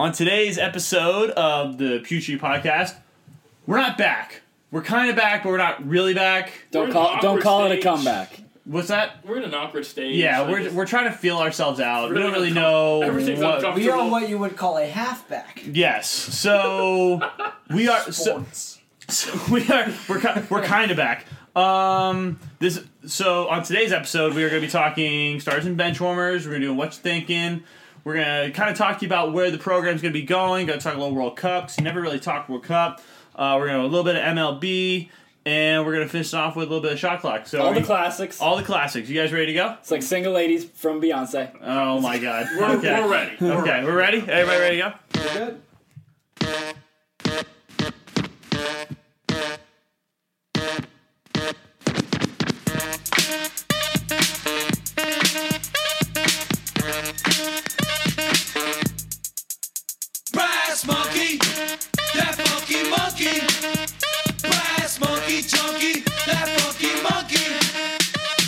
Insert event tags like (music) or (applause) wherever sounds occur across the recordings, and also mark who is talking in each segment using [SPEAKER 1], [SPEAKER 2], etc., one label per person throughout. [SPEAKER 1] On today's episode of the Putri Podcast, we're not back. We're kind of back, but we're not really back.
[SPEAKER 2] Don't
[SPEAKER 3] We're
[SPEAKER 2] call
[SPEAKER 3] in
[SPEAKER 2] don't
[SPEAKER 3] awkward
[SPEAKER 2] call it a
[SPEAKER 3] stage.
[SPEAKER 2] comeback.
[SPEAKER 1] What's that?
[SPEAKER 3] We're in an awkward stage.
[SPEAKER 1] Yeah,
[SPEAKER 3] I
[SPEAKER 1] we're,
[SPEAKER 3] just-
[SPEAKER 1] we're trying to feel ourselves out. We
[SPEAKER 3] Really
[SPEAKER 1] don't really know.
[SPEAKER 3] uncomfortable. Everything's
[SPEAKER 1] what-
[SPEAKER 3] uncomfortable.
[SPEAKER 4] We are what you would call a halfback.
[SPEAKER 1] Yes. So we
[SPEAKER 3] (laughs)
[SPEAKER 1] are. So,
[SPEAKER 4] Sports.
[SPEAKER 1] so we are. We're ki- we're kind of back. Um. This. So on today's episode, we are going to be talking stars and bench warmers. We're going to do what you thinking. We're going to kind of talk to you about where the program's going to be going. Going to talk a little World Cup. 'cause you never really talk World Cup. Uh, we're going to a little bit of MLB, and we're going to finish it off with a little bit of shot clock. So
[SPEAKER 2] All the
[SPEAKER 1] we-
[SPEAKER 2] classics.
[SPEAKER 1] all the classics. You guys ready to go?
[SPEAKER 2] It's like single ladies from Beyonce.
[SPEAKER 1] Oh my God.
[SPEAKER 3] We're,
[SPEAKER 1] okay.
[SPEAKER 3] we're ready.
[SPEAKER 1] Okay, we're ready. Everybody ready to go?
[SPEAKER 4] Good.
[SPEAKER 5] Brass monkey, that funky monkey. Brass monkey, chunky, that funky monkey.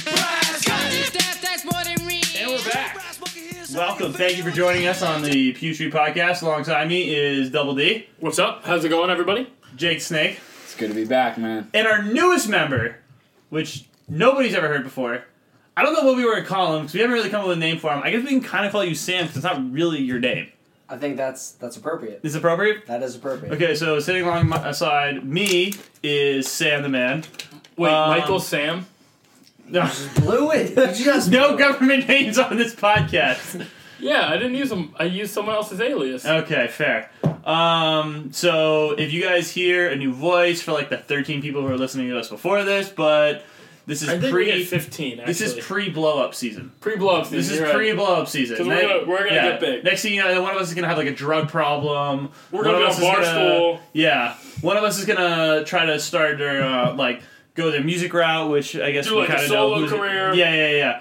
[SPEAKER 5] Brass monkey.
[SPEAKER 3] And we're back.
[SPEAKER 5] Brass monkey here's
[SPEAKER 1] Welcome.
[SPEAKER 5] how
[SPEAKER 1] Thank you for
[SPEAKER 5] feel.
[SPEAKER 1] joining us on the Pew Street Podcast. Alongside me is Double D,
[SPEAKER 3] What's up? How's it going, everybody?
[SPEAKER 1] Jake Snake,
[SPEAKER 2] It's good to be back, man.
[SPEAKER 1] and our newest member, which nobody's ever heard before. I don't know what we were going to call him because we haven't really come up with a name for him. I guess we can kind of call you Sam because it's not really your name.
[SPEAKER 4] I think that's that's appropriate.
[SPEAKER 1] Is it appropriate?
[SPEAKER 4] That is appropriate.
[SPEAKER 1] Okay, so sitting along my aside me is Sam the Man. (laughs)
[SPEAKER 3] Wait,
[SPEAKER 1] Um,
[SPEAKER 3] Michael, Sam.
[SPEAKER 1] No,
[SPEAKER 3] (laughs)
[SPEAKER 4] Blew it. You just
[SPEAKER 1] no government names on this podcast.
[SPEAKER 3] Yeah, I didn't use him. I used someone else's alias.
[SPEAKER 1] Okay, fair. Um, so if you guys hear a new voice for like the 13 people who are listening to us before this, but this is
[SPEAKER 3] I think
[SPEAKER 1] pre
[SPEAKER 3] we get 15, actually.
[SPEAKER 1] This is pre blow up season.
[SPEAKER 3] pre-blow season.
[SPEAKER 1] This is
[SPEAKER 3] you're right.
[SPEAKER 1] pre blow up season.
[SPEAKER 3] 'Cause we're
[SPEAKER 1] Ne-
[SPEAKER 3] gonna- we're gonna
[SPEAKER 1] yeah.
[SPEAKER 3] get big.
[SPEAKER 1] Next thing you know, one of us is gonna have like a drug problem.
[SPEAKER 3] We're gonna
[SPEAKER 1] One
[SPEAKER 3] be
[SPEAKER 1] of
[SPEAKER 3] on
[SPEAKER 1] us is
[SPEAKER 3] Barstool.
[SPEAKER 1] Yeah, one of us is gonna try to start their uh, like go their music route, which I guess
[SPEAKER 3] Do,
[SPEAKER 1] we
[SPEAKER 3] like, a
[SPEAKER 1] kind of
[SPEAKER 3] solo
[SPEAKER 1] know. who's-
[SPEAKER 3] career.
[SPEAKER 1] Yeah, yeah, yeah.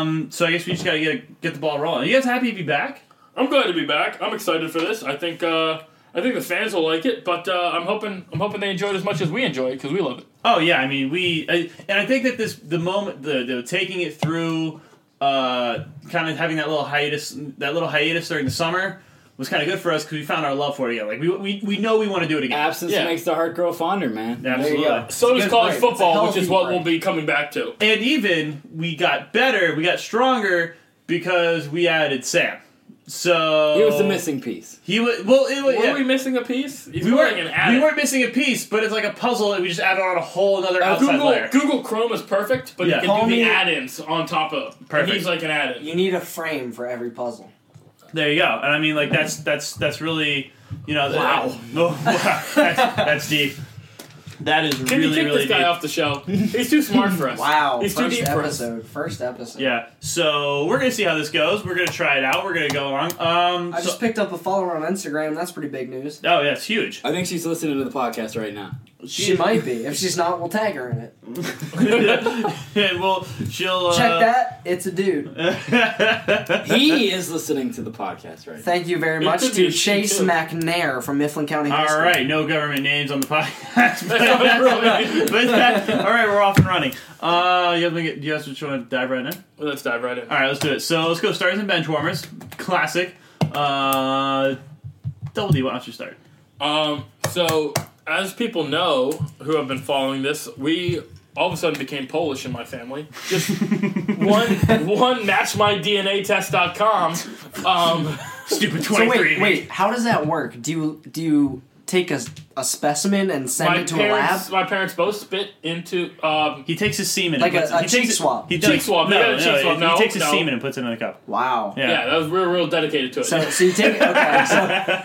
[SPEAKER 1] Um, so I guess we just gotta get get the ball rolling. Are you guys happy to be back?
[SPEAKER 3] I'm glad to be back. I'm excited for this. I think uh, I think the fans will like it, but uh, I'm hoping I'm hoping they enjoy it as much as we enjoy it because we love it.
[SPEAKER 1] Oh yeah, I mean we, I, and I think that this the moment the, the taking it through, uh, kind of having that little hiatus, that little hiatus during the summer was kind of good for us because we found our love for it again. Like we we, we know we want to do it again.
[SPEAKER 2] Absence
[SPEAKER 3] Yeah.
[SPEAKER 2] makes the heart grow fonder, man.
[SPEAKER 1] Yeah,
[SPEAKER 2] There you go.
[SPEAKER 1] absolutely.
[SPEAKER 3] So
[SPEAKER 4] It's a
[SPEAKER 3] does
[SPEAKER 4] good
[SPEAKER 3] college
[SPEAKER 4] break. It's a
[SPEAKER 3] football, which is
[SPEAKER 4] healthy
[SPEAKER 3] what
[SPEAKER 4] break.
[SPEAKER 3] we'll be coming back to.
[SPEAKER 1] And even we got better, we got stronger because we added Sam. So
[SPEAKER 2] He was the missing piece.
[SPEAKER 1] He was well. It, was-
[SPEAKER 3] Were
[SPEAKER 1] yeah.
[SPEAKER 3] we missing a piece? He's
[SPEAKER 1] we
[SPEAKER 3] wearing
[SPEAKER 1] weren't
[SPEAKER 3] an
[SPEAKER 1] we
[SPEAKER 3] addict.
[SPEAKER 1] weren't missing a piece, but it's like a puzzle that we just added on a whole
[SPEAKER 2] Uh,
[SPEAKER 1] another outside
[SPEAKER 3] Google,
[SPEAKER 1] layer.
[SPEAKER 3] Google Chrome is perfect, but
[SPEAKER 1] Yeah.
[SPEAKER 3] you can do
[SPEAKER 4] Homie.
[SPEAKER 3] the add-ins on top of. and
[SPEAKER 1] Perfect.
[SPEAKER 3] he's like an add-in.
[SPEAKER 4] You need a frame for every puzzle.
[SPEAKER 1] There you go. And I mean, like that's that's that's really, you know,
[SPEAKER 3] Wow.
[SPEAKER 1] that- (laughs) oh, wow. That's, that's deep. That is
[SPEAKER 3] Can
[SPEAKER 1] really
[SPEAKER 3] you kick
[SPEAKER 1] really
[SPEAKER 3] this guy
[SPEAKER 1] deep.
[SPEAKER 3] off the show? He's too smart for us.
[SPEAKER 4] (laughs) Wow.
[SPEAKER 3] He's too
[SPEAKER 4] first
[SPEAKER 3] deep for us.
[SPEAKER 4] episode. First episode.
[SPEAKER 1] Yeah. So we're gonna see how this goes. We're gonna try it out. We're gonna go along. Um.
[SPEAKER 4] I
[SPEAKER 1] so-
[SPEAKER 4] just picked up a follower on Instagram. That's pretty big news.
[SPEAKER 1] oh yeah, it's
[SPEAKER 4] (laughs)
[SPEAKER 1] huge. (laughs)
[SPEAKER 2] I think she's listening to the podcast right now.
[SPEAKER 4] She might be. If she's not, we'll tag her in it.
[SPEAKER 1] yeah, well, she'll uh,
[SPEAKER 4] Check that. It's a dude.
[SPEAKER 1] that.
[SPEAKER 2] He is listening to the podcast right now.
[SPEAKER 4] Thank you
[SPEAKER 3] It
[SPEAKER 4] very much
[SPEAKER 3] could be
[SPEAKER 4] to
[SPEAKER 3] a she,
[SPEAKER 4] Chase
[SPEAKER 3] too.
[SPEAKER 4] McNair from Mifflin County
[SPEAKER 1] (laughs)
[SPEAKER 4] High
[SPEAKER 1] All
[SPEAKER 4] School.
[SPEAKER 1] right, no government names on the (laughs) podcast. But
[SPEAKER 3] not
[SPEAKER 1] that's-
[SPEAKER 3] really-
[SPEAKER 1] (laughs) but that- all right, we're off and running. Uh, you guys, wanna get- you guys just want to dive right in?
[SPEAKER 3] Well, let's dive right in.
[SPEAKER 1] All right, let's do it. So let's go stars and bench warmers. Classic. Uh, Double D, why don't you start?
[SPEAKER 3] Um, so, as people know who have been following this, we all of a sudden became Polish in my family.
[SPEAKER 4] (laughs)
[SPEAKER 3] Just one, one matchmydnatest.com. Um,
[SPEAKER 1] Stupid
[SPEAKER 4] So
[SPEAKER 1] 23.
[SPEAKER 4] wait, wait. How does that work? Do you do you take a, a specimen and send
[SPEAKER 3] my
[SPEAKER 4] it to a lab?
[SPEAKER 3] parents, my parents both spit into um,
[SPEAKER 1] He takes his semen
[SPEAKER 4] Like
[SPEAKER 1] and
[SPEAKER 4] a-
[SPEAKER 1] puts
[SPEAKER 4] a
[SPEAKER 1] he takes
[SPEAKER 4] cheek
[SPEAKER 1] it-
[SPEAKER 4] swab.
[SPEAKER 1] He
[SPEAKER 3] Cheek
[SPEAKER 1] does-
[SPEAKER 3] swab,
[SPEAKER 1] No,
[SPEAKER 3] yeah,
[SPEAKER 1] no,
[SPEAKER 3] cheek swab,
[SPEAKER 1] he
[SPEAKER 3] no,
[SPEAKER 1] takes his
[SPEAKER 3] no.
[SPEAKER 1] semen and puts it in a cup.
[SPEAKER 4] Wow.
[SPEAKER 1] Yeah.
[SPEAKER 3] yeah. that was real, real dedicated to it.
[SPEAKER 4] So, so you take okay.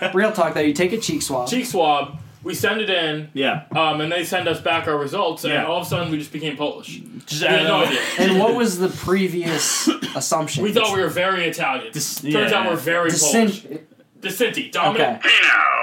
[SPEAKER 3] (laughs)
[SPEAKER 4] So real talk though, you take a cheek swab.
[SPEAKER 3] Cheek swab. We send it in,
[SPEAKER 1] Yeah.
[SPEAKER 3] um, and they send us back our results, and
[SPEAKER 1] Yeah. uh,
[SPEAKER 3] all of a sudden we just became Polish. We
[SPEAKER 1] Just
[SPEAKER 3] had no idea.
[SPEAKER 4] And what was the
[SPEAKER 3] (coughs)
[SPEAKER 4] previous assumption?
[SPEAKER 3] We thought we were very Italian.
[SPEAKER 1] Dis-
[SPEAKER 3] Turns
[SPEAKER 1] yeah.
[SPEAKER 3] out we're very Polish.
[SPEAKER 4] Descent-
[SPEAKER 3] Distinti,
[SPEAKER 4] Okay.
[SPEAKER 3] dominant.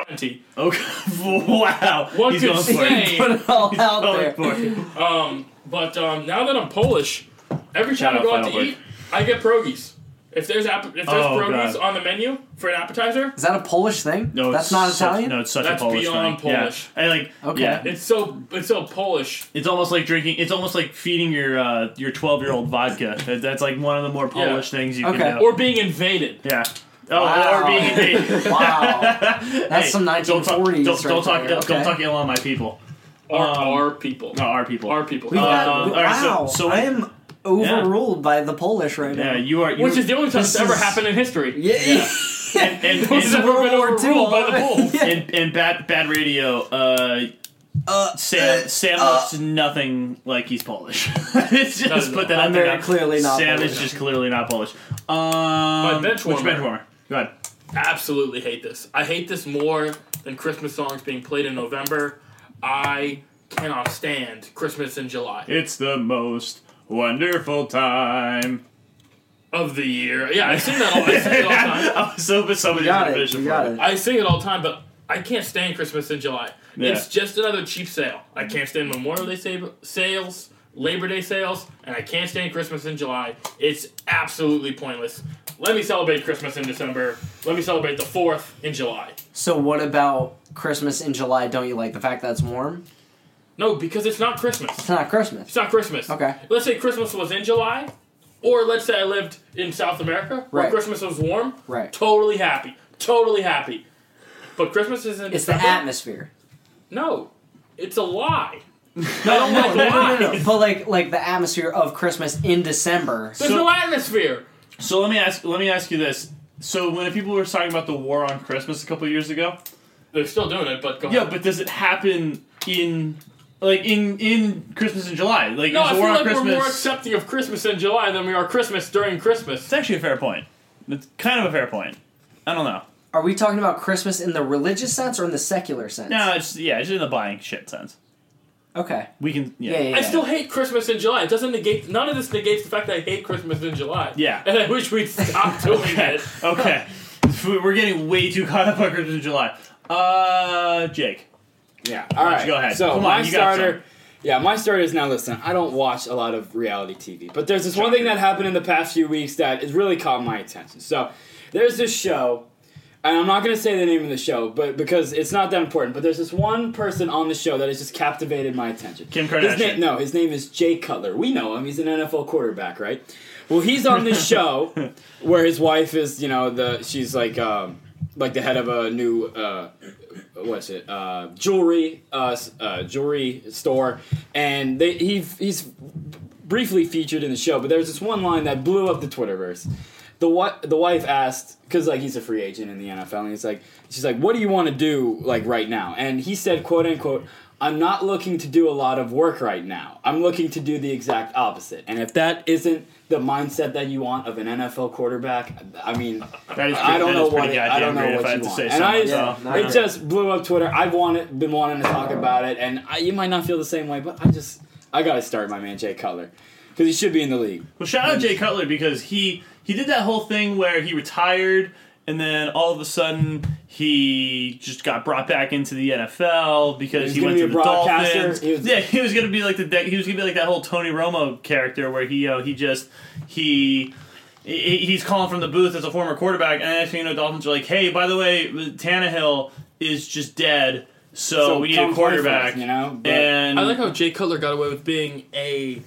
[SPEAKER 3] Distinti.
[SPEAKER 1] Okay. (laughs) wow.
[SPEAKER 3] One
[SPEAKER 1] He's
[SPEAKER 3] could
[SPEAKER 1] going for it.
[SPEAKER 3] say-
[SPEAKER 4] (laughs) Put it all out
[SPEAKER 1] Going
[SPEAKER 4] there.
[SPEAKER 1] for it.
[SPEAKER 3] Um, but um, now that I'm Polish, every
[SPEAKER 1] Shout
[SPEAKER 3] time I
[SPEAKER 1] out
[SPEAKER 3] go out to
[SPEAKER 1] Feinberg.
[SPEAKER 3] eat, I get pierogies. If there's app- if there's
[SPEAKER 1] Oh,
[SPEAKER 3] pierogies
[SPEAKER 1] God.
[SPEAKER 3] on the menu for an appetizer,
[SPEAKER 4] Is that a Polish thing?
[SPEAKER 1] No,
[SPEAKER 4] That's
[SPEAKER 1] it's
[SPEAKER 4] not
[SPEAKER 1] such-
[SPEAKER 4] Italian.
[SPEAKER 1] no, it's such
[SPEAKER 3] That's
[SPEAKER 1] a Polish
[SPEAKER 3] beyond
[SPEAKER 1] thing. Yeah.
[SPEAKER 3] Polish.
[SPEAKER 1] I like.
[SPEAKER 4] Okay.
[SPEAKER 1] Yeah.
[SPEAKER 3] it's so it's so Polish.
[SPEAKER 1] It's almost like drinking. It's almost like feeding your uh, your twelve year old vodka. That- That's like one of the more Polish things you
[SPEAKER 4] Okay.
[SPEAKER 1] can do.
[SPEAKER 3] Or being invaded.
[SPEAKER 1] Yeah. Oh,
[SPEAKER 4] Wow.
[SPEAKER 1] or being engaged. (laughs)
[SPEAKER 4] (laughs) Wow. That's
[SPEAKER 1] Hey,
[SPEAKER 4] some
[SPEAKER 1] Don't talk.
[SPEAKER 4] 1940s.
[SPEAKER 1] Don't,
[SPEAKER 4] right
[SPEAKER 1] don't talk.
[SPEAKER 4] there.
[SPEAKER 1] Don't,
[SPEAKER 4] okay.
[SPEAKER 1] talk ill on my people.
[SPEAKER 3] Or
[SPEAKER 1] Um,
[SPEAKER 3] our people.
[SPEAKER 1] No, our people.
[SPEAKER 3] Our people.
[SPEAKER 4] We've
[SPEAKER 3] Uh,
[SPEAKER 4] got,
[SPEAKER 1] Um, all right, so-
[SPEAKER 4] wow.
[SPEAKER 1] so-
[SPEAKER 4] I am overruled by the Polish right
[SPEAKER 1] yeah,
[SPEAKER 4] now.
[SPEAKER 1] you are. You
[SPEAKER 3] which
[SPEAKER 1] are-
[SPEAKER 3] is the only time
[SPEAKER 4] This
[SPEAKER 3] it's ever
[SPEAKER 4] is-
[SPEAKER 3] happened in history.
[SPEAKER 1] (laughs)
[SPEAKER 4] Yeah.
[SPEAKER 1] and,
[SPEAKER 4] (laughs)
[SPEAKER 1] and,
[SPEAKER 3] This is
[SPEAKER 1] and,
[SPEAKER 4] a-
[SPEAKER 3] ever been
[SPEAKER 4] World War II
[SPEAKER 3] overruled by the
[SPEAKER 4] all-
[SPEAKER 3] Bulls.
[SPEAKER 4] (laughs) Yeah.
[SPEAKER 1] and, and bad bad radio. Uh,
[SPEAKER 4] Uh,
[SPEAKER 1] Sam
[SPEAKER 4] uh,
[SPEAKER 1] Sam
[SPEAKER 4] uh,
[SPEAKER 1] looks nothing like he's Polish. (laughs) Let's
[SPEAKER 3] No,
[SPEAKER 1] just
[SPEAKER 3] no,
[SPEAKER 1] put that
[SPEAKER 4] I'm
[SPEAKER 1] out there.
[SPEAKER 4] very
[SPEAKER 1] now.
[SPEAKER 4] clearly not
[SPEAKER 1] Sam
[SPEAKER 4] Polish.
[SPEAKER 1] is just clearly not Polish. Um,
[SPEAKER 3] bench
[SPEAKER 1] which
[SPEAKER 3] warmer.
[SPEAKER 1] bench warmer? Go ahead.
[SPEAKER 3] Absolutely hate this. I hate this more than Christmas songs being played in November. I cannot stand Christmas in July.
[SPEAKER 1] It's the most wonderful time.
[SPEAKER 3] of the year. Yeah, I sing that all,
[SPEAKER 1] (laughs)
[SPEAKER 3] I sing it all the time.
[SPEAKER 1] I was hoping
[SPEAKER 4] you
[SPEAKER 1] somebody
[SPEAKER 4] got
[SPEAKER 1] did a
[SPEAKER 4] it.
[SPEAKER 1] vision
[SPEAKER 4] You
[SPEAKER 1] for
[SPEAKER 4] got
[SPEAKER 1] it.
[SPEAKER 4] it.
[SPEAKER 3] I sing it all the time, but I can't stand Christmas in July.
[SPEAKER 1] Yeah.
[SPEAKER 3] It's just another cheap sale. I can't stand Memorial Day sa- sales, Labor Day sales, and I can't stand Christmas in July. It's absolutely pointless. Let me celebrate Christmas in December. Let me celebrate the 4th in July.
[SPEAKER 4] So what about Christmas in July? Don't you like the fact that it's warm?
[SPEAKER 3] No, because it's not Christmas.
[SPEAKER 4] It's not Christmas.
[SPEAKER 3] It's not Christmas.
[SPEAKER 4] Okay.
[SPEAKER 3] Let's say Christmas was in July, or let's say I lived in South America where
[SPEAKER 4] Right.
[SPEAKER 3] Christmas was warm.
[SPEAKER 4] Right.
[SPEAKER 3] Totally happy. Totally happy. But Christmas is in
[SPEAKER 4] It's the
[SPEAKER 3] December.
[SPEAKER 4] atmosphere.
[SPEAKER 3] No, it's a lie. I
[SPEAKER 4] No,
[SPEAKER 3] don't
[SPEAKER 4] no,
[SPEAKER 3] like
[SPEAKER 4] no,
[SPEAKER 3] the
[SPEAKER 4] no, no,
[SPEAKER 3] lie.
[SPEAKER 4] no. But like, like the atmosphere of Christmas in December.
[SPEAKER 3] There's
[SPEAKER 1] So-
[SPEAKER 3] no atmosphere.
[SPEAKER 1] So let me ask. Let me ask you this. So when people were talking about the war on Christmas a couple years ago,
[SPEAKER 3] They're still doing it, but go
[SPEAKER 1] yeah,
[SPEAKER 3] ahead.
[SPEAKER 1] but does it happen in like in in Christmas in July? Like
[SPEAKER 3] no,
[SPEAKER 1] is the
[SPEAKER 3] I feel
[SPEAKER 1] war on
[SPEAKER 3] like
[SPEAKER 1] Christmas?
[SPEAKER 3] we're more accepting of Christmas in July than we are Christmas during Christmas.
[SPEAKER 1] it's actually a fair point. It's kind of a fair point. I don't know.
[SPEAKER 4] Are we talking about Christmas in the religious sense or in the secular sense?
[SPEAKER 1] No, it's yeah, it's in the buying shit sense.
[SPEAKER 4] Okay.
[SPEAKER 1] We can yeah.
[SPEAKER 4] Yeah, yeah.
[SPEAKER 3] I still hate Christmas in July. It doesn't negate none of this negates the fact that I hate Christmas in July.
[SPEAKER 1] Yeah.
[SPEAKER 3] and I wish we'd stop doing
[SPEAKER 1] Okay.
[SPEAKER 3] it.
[SPEAKER 1] (laughs) okay. (laughs) We're getting way too caught up on Christmas in July. Uh, Jake.
[SPEAKER 2] Yeah. All right.
[SPEAKER 1] Go ahead.
[SPEAKER 2] So
[SPEAKER 1] Come on,
[SPEAKER 2] my
[SPEAKER 1] you got
[SPEAKER 2] starter. Yeah, my starter is now. Listen, I don't watch a lot of reality TV, but there's this one
[SPEAKER 1] Shocker.
[SPEAKER 2] thing that happened in the past few weeks that has really caught my attention. So there's this show, and I'm not going to say the name of the show, but because it's not that important. But there's this one person on the show that has just captivated my attention.
[SPEAKER 1] Kim
[SPEAKER 2] His
[SPEAKER 1] Kardashian.
[SPEAKER 2] name, no, his name is Jay Cutler. We know him. He's an NFL quarterback, right? Well, he's on this
[SPEAKER 1] (laughs)
[SPEAKER 2] show where his wife is, you know, the she's like, um, like the head of a new. Uh, what's it uh, jewelry uh, s- uh, jewelry store, and they, he he's briefly featured in the show. But there's this one line that blew up the Twitterverse. The what the wife asked because like he's a free agent in the NFL, and he's like she's like, what do you want to do like right now? And he said, quote unquote. I'm not looking to do a lot of work right now. I'm looking to do the exact opposite. And if that isn't the mindset that you want of an NFL quarterback, I mean,
[SPEAKER 1] That is
[SPEAKER 2] I
[SPEAKER 1] that
[SPEAKER 2] don't know
[SPEAKER 1] is
[SPEAKER 2] what
[SPEAKER 1] pretty
[SPEAKER 2] it,
[SPEAKER 1] goddamn
[SPEAKER 2] I don't know
[SPEAKER 1] great
[SPEAKER 2] what
[SPEAKER 1] if I
[SPEAKER 2] you
[SPEAKER 1] had to
[SPEAKER 2] want.
[SPEAKER 1] say
[SPEAKER 2] and
[SPEAKER 1] something.
[SPEAKER 2] I just,
[SPEAKER 1] so.
[SPEAKER 4] Yeah, no,
[SPEAKER 2] it
[SPEAKER 4] no.
[SPEAKER 2] just blew up Twitter. I've wanted, been wanting to talk about it, and I, you might not feel the same way, but I just I gotta start my man Jay Cutler because he should be in the league.
[SPEAKER 1] Well, shout out Jay Cutler because he he did that whole thing where he retired and then all of a sudden he just got brought back into the NFL because
[SPEAKER 2] was
[SPEAKER 1] he,
[SPEAKER 2] gonna
[SPEAKER 1] went
[SPEAKER 2] be
[SPEAKER 1] to
[SPEAKER 2] a
[SPEAKER 1] the
[SPEAKER 2] broadcaster.
[SPEAKER 1] Dolphins.
[SPEAKER 2] He was-
[SPEAKER 1] yeah, he was gonna be like the de- he was gonna be like that whole Tony Romo character where he uh, he just he. he- He's calling from the booth as a former quarterback, and next thing you know, Dolphins are like, "Hey, by the way, Tannehill is just dead, so, we need a
[SPEAKER 2] come play for us,
[SPEAKER 1] quarterback."
[SPEAKER 2] you know. But
[SPEAKER 1] and
[SPEAKER 3] I like how Jay Cutler got away with being a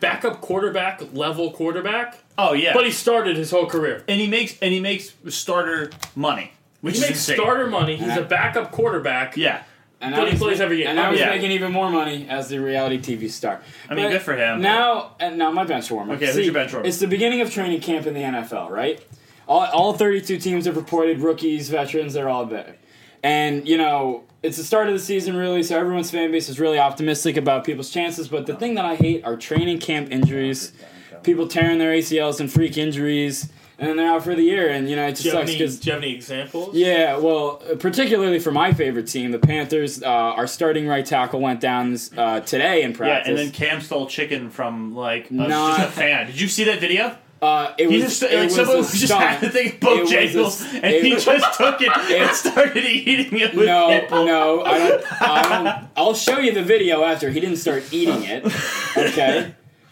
[SPEAKER 3] backup quarterback level quarterback,
[SPEAKER 1] oh yeah,
[SPEAKER 3] but he started his whole career.
[SPEAKER 1] and he makes and he makes starter money, which
[SPEAKER 3] He
[SPEAKER 1] is
[SPEAKER 3] makes
[SPEAKER 1] insane.
[SPEAKER 3] starter money. He's
[SPEAKER 2] Yeah.
[SPEAKER 3] a backup quarterback.
[SPEAKER 1] Yeah,
[SPEAKER 2] and
[SPEAKER 3] But
[SPEAKER 2] now
[SPEAKER 3] he
[SPEAKER 2] he's
[SPEAKER 3] plays
[SPEAKER 2] ma-
[SPEAKER 3] every game.
[SPEAKER 2] And now he's
[SPEAKER 1] Yeah.
[SPEAKER 2] making even more money as the reality TV star.
[SPEAKER 1] I mean,
[SPEAKER 2] But
[SPEAKER 1] good for him.
[SPEAKER 2] Now, and now my bench warmer.
[SPEAKER 1] Okay, who's
[SPEAKER 2] See,
[SPEAKER 1] your bench warmer?
[SPEAKER 2] It's the beginning of training camp in the NFL, right? All, all 32 teams have reported rookies, veterans, they're all there. And, you know, it's the start of the season, really, so everyone's fan base is really optimistic about people's chances. But the thing that I hate are training camp injuries, people tearing their ACLs and freak injuries, and then they're out for the year. And, you know, it just
[SPEAKER 3] Do you, have
[SPEAKER 2] sucks
[SPEAKER 3] any,
[SPEAKER 2] 'cause-
[SPEAKER 3] do you have any examples?
[SPEAKER 2] yeah, well, uh, particularly for my favorite team, the Panthers, uh, our starting right tackle went down uh, today in
[SPEAKER 1] yeah,
[SPEAKER 2] practice.
[SPEAKER 1] and then Cam stole chicken from like a,
[SPEAKER 2] Nah.
[SPEAKER 1] just a fan. Did you see that video?
[SPEAKER 2] uh, it
[SPEAKER 1] He
[SPEAKER 2] was
[SPEAKER 1] just
[SPEAKER 2] it
[SPEAKER 1] like
[SPEAKER 2] was
[SPEAKER 1] someone
[SPEAKER 2] a
[SPEAKER 1] was just
[SPEAKER 2] stunt.
[SPEAKER 1] had the thing
[SPEAKER 2] It
[SPEAKER 1] Bo
[SPEAKER 2] was a
[SPEAKER 1] Jangles,
[SPEAKER 2] s-
[SPEAKER 1] and he
[SPEAKER 2] it-
[SPEAKER 1] just took it and started eating it with
[SPEAKER 2] no,
[SPEAKER 1] people.
[SPEAKER 2] no, I don't, I
[SPEAKER 1] (laughs)
[SPEAKER 2] don't. I'll show you the video after. He didn't start eating it. Okay.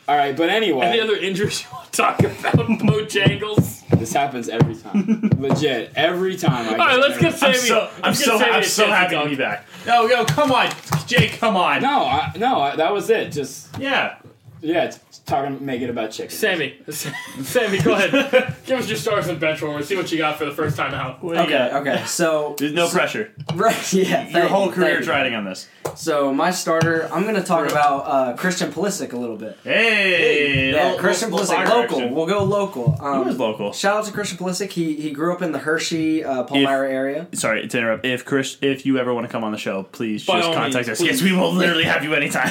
[SPEAKER 2] All right, but
[SPEAKER 3] Any
[SPEAKER 2] anyway,
[SPEAKER 3] other injuries (laughs) you want to talk about? Bojangles.
[SPEAKER 2] this happens every time. Legit, every time. I
[SPEAKER 3] All right, let's get
[SPEAKER 1] I'm
[SPEAKER 3] Sammy.
[SPEAKER 1] so I'm
[SPEAKER 3] let's get
[SPEAKER 1] so
[SPEAKER 3] Sammy
[SPEAKER 1] I'm
[SPEAKER 3] a
[SPEAKER 1] so
[SPEAKER 3] chance
[SPEAKER 1] happy to
[SPEAKER 3] talk.
[SPEAKER 1] be back. No, yo, come on, Jake, come on.
[SPEAKER 2] No, I, no, I, that was it. Just
[SPEAKER 1] Yeah, (laughs)
[SPEAKER 2] Yeah, it's it's talking, make it about chicken.
[SPEAKER 3] Sammy, (laughs) Sammy, go ahead. Give us your stars and benchwarmers. See what you got for the first time out.
[SPEAKER 1] What do you
[SPEAKER 4] Okay,
[SPEAKER 1] got?
[SPEAKER 4] okay. So
[SPEAKER 1] (laughs) There's no pressure.
[SPEAKER 4] (laughs) right, yeah. thank
[SPEAKER 1] Your whole
[SPEAKER 4] you,
[SPEAKER 1] career
[SPEAKER 4] thank you.
[SPEAKER 1] riding on this.
[SPEAKER 4] So my starter, I'm gonna talk about uh, Christian Pulisic a little bit.
[SPEAKER 1] Hey,
[SPEAKER 4] Yeah,
[SPEAKER 1] little-
[SPEAKER 4] Christian
[SPEAKER 1] little
[SPEAKER 4] Pulisic,
[SPEAKER 1] fire
[SPEAKER 4] local.
[SPEAKER 1] action.
[SPEAKER 4] We'll go local. Um,
[SPEAKER 1] He was local.
[SPEAKER 4] Shout out to Christian Pulisic. He he grew up in the Hershey, uh, Palmyra area.
[SPEAKER 1] Sorry to interrupt. If Chris, if you ever want to come on the show, please
[SPEAKER 3] By
[SPEAKER 1] just
[SPEAKER 3] all
[SPEAKER 1] contact us.
[SPEAKER 3] means, please.
[SPEAKER 1] Yes, we will literally have you
[SPEAKER 4] (laughs)
[SPEAKER 1] anytime.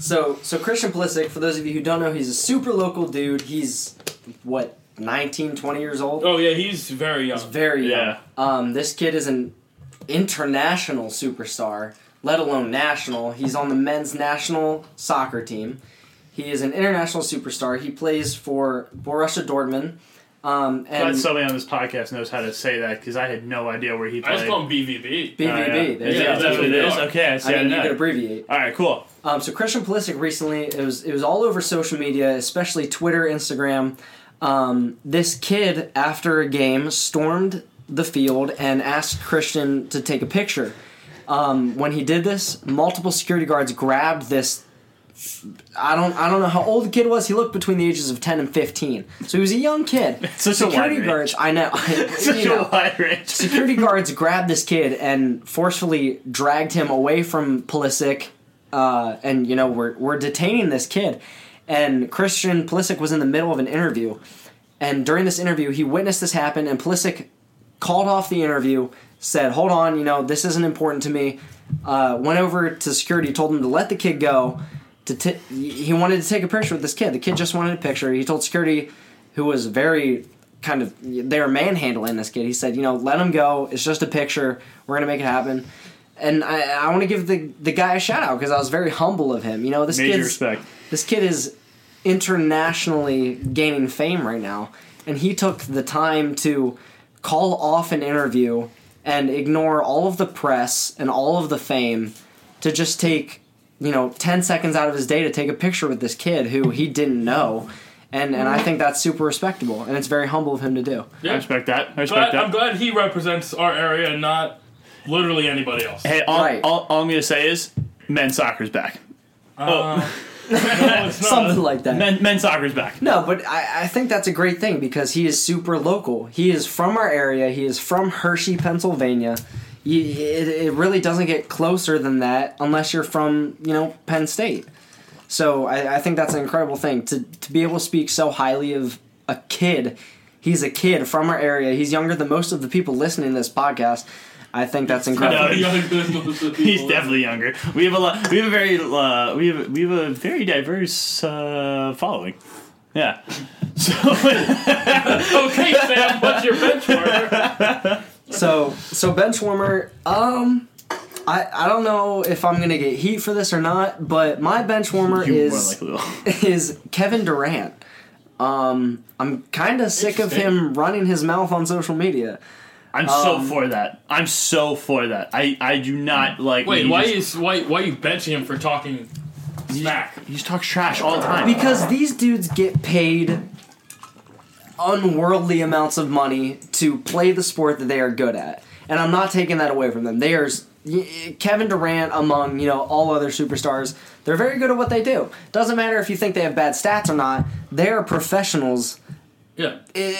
[SPEAKER 4] So so Christian Pulisic, for those of you who don't know, he's a super local dude. He's what 19, 20 years old.
[SPEAKER 3] Oh yeah, he's very young.
[SPEAKER 4] Very young.
[SPEAKER 1] Yeah.
[SPEAKER 4] Um, this kid is an international superstar, let alone national. He's on the men's national soccer team. He is an international superstar. He plays for Borussia Dortmund. Um, and
[SPEAKER 1] Glad somebody on this podcast knows how to say that because I had no idea where he
[SPEAKER 3] I
[SPEAKER 1] played.
[SPEAKER 3] just call him BVB.
[SPEAKER 4] BVB.
[SPEAKER 1] Oh, yeah.
[SPEAKER 4] There you
[SPEAKER 1] Yeah,
[SPEAKER 4] go.
[SPEAKER 1] that's what it
[SPEAKER 3] Yeah.
[SPEAKER 1] is. Okay, I see.
[SPEAKER 4] I
[SPEAKER 1] I
[SPEAKER 4] mean, you
[SPEAKER 1] know.
[SPEAKER 4] could abbreviate.
[SPEAKER 1] All right, (laughs) cool.
[SPEAKER 4] Um, so Christian Pulisic recently, it was it was all over social media, especially Twitter, Instagram. Um, this kid after a game stormed the field and asked Christian to take a picture. Um, when he did this, multiple security guards grabbed this. I don't I don't know how old the kid was. He looked between the ages of ten and fifteen, so he was a young kid.
[SPEAKER 1] (laughs) Such a wide
[SPEAKER 4] security
[SPEAKER 1] range.
[SPEAKER 4] guards, I know. (laughs)
[SPEAKER 1] (laughs) Such
[SPEAKER 4] you
[SPEAKER 1] a
[SPEAKER 4] know
[SPEAKER 1] wide range.
[SPEAKER 4] security guards grabbed this kid and forcefully dragged him away from Pulisic. Uh, and you know we're we're detaining this kid, and Christian Pulisic was in the middle of an interview, and during this interview he witnessed this happen, and Pulisic called off the interview, said, "Hold on, you know this isn't important to me." Uh, went over to security, told him to let the kid go. To t- he wanted to take a picture with this kid. The kid just wanted a picture. He told security, who was very kind of they were manhandling this kid. He said, you know, let him go. It's just a picture. We're gonna make it happen. And I, I want to give the the guy a shout out because I was very humble of him. You know, this
[SPEAKER 1] (laughs) Major
[SPEAKER 4] kid's
[SPEAKER 1] respect.
[SPEAKER 4] this kid is internationally gaining fame right now, and he took the time to call off an interview and ignore all of the press and all of the fame to just take you know 10 seconds out of his day to take a picture with this kid who he didn't know and and i think that's super respectable and it's very humble of him to do
[SPEAKER 1] I respect that. I respect
[SPEAKER 3] Glad, I'm
[SPEAKER 1] that.
[SPEAKER 3] glad he represents our area and not literally anybody (laughs) else.
[SPEAKER 1] Hey, all,
[SPEAKER 4] Right.
[SPEAKER 1] all, all I'm gonna say is men's soccer's back.
[SPEAKER 3] Uh, no, it's not.
[SPEAKER 4] something like that
[SPEAKER 1] Men, men's soccer's back. (laughs)
[SPEAKER 4] No, but I, I think that's a great thing because he is super local. He is from our area. He is from Hershey, Pennsylvania. You, it, it really doesn't get closer than that unless you're from, you know, Penn State. So I, I think that's an incredible thing to, to be able to speak so highly of a kid. He's a kid from our area. He's younger than most of the people listening to this podcast. I think that's incredible.
[SPEAKER 1] No, He's
[SPEAKER 3] he's
[SPEAKER 1] definitely younger. We have a lot. We have a very uh, we have we have a very diverse uh, following. Yeah. (laughs) So
[SPEAKER 3] okay, Sam. What's
[SPEAKER 1] (laughs)
[SPEAKER 3] your benchmark?
[SPEAKER 4] So so bench warmer. Um, I I don't know if I'm gonna get heat for this or not, but my bench warmer
[SPEAKER 1] you more
[SPEAKER 4] is
[SPEAKER 1] likely will.
[SPEAKER 4] (laughs) is Kevin Durant. Um, I'm kind of sick of him running his mouth on social media.
[SPEAKER 1] I'm so for that. I'm so for that. I I do not like. when
[SPEAKER 3] Um, Wait,
[SPEAKER 1] you
[SPEAKER 3] why
[SPEAKER 1] just-
[SPEAKER 3] is why why you benching him for talking smack?
[SPEAKER 1] He just talks trash all the time.
[SPEAKER 4] Because these dudes get paid unworldly amounts of money to play the sport that they are good at. And I'm not taking that away from them. They are s- y- Kevin Durant among, you know, all other superstars. They're very good at what they do. Doesn't matter if you think they have bad stats or not. They are professionals.
[SPEAKER 3] Yeah.
[SPEAKER 4] I-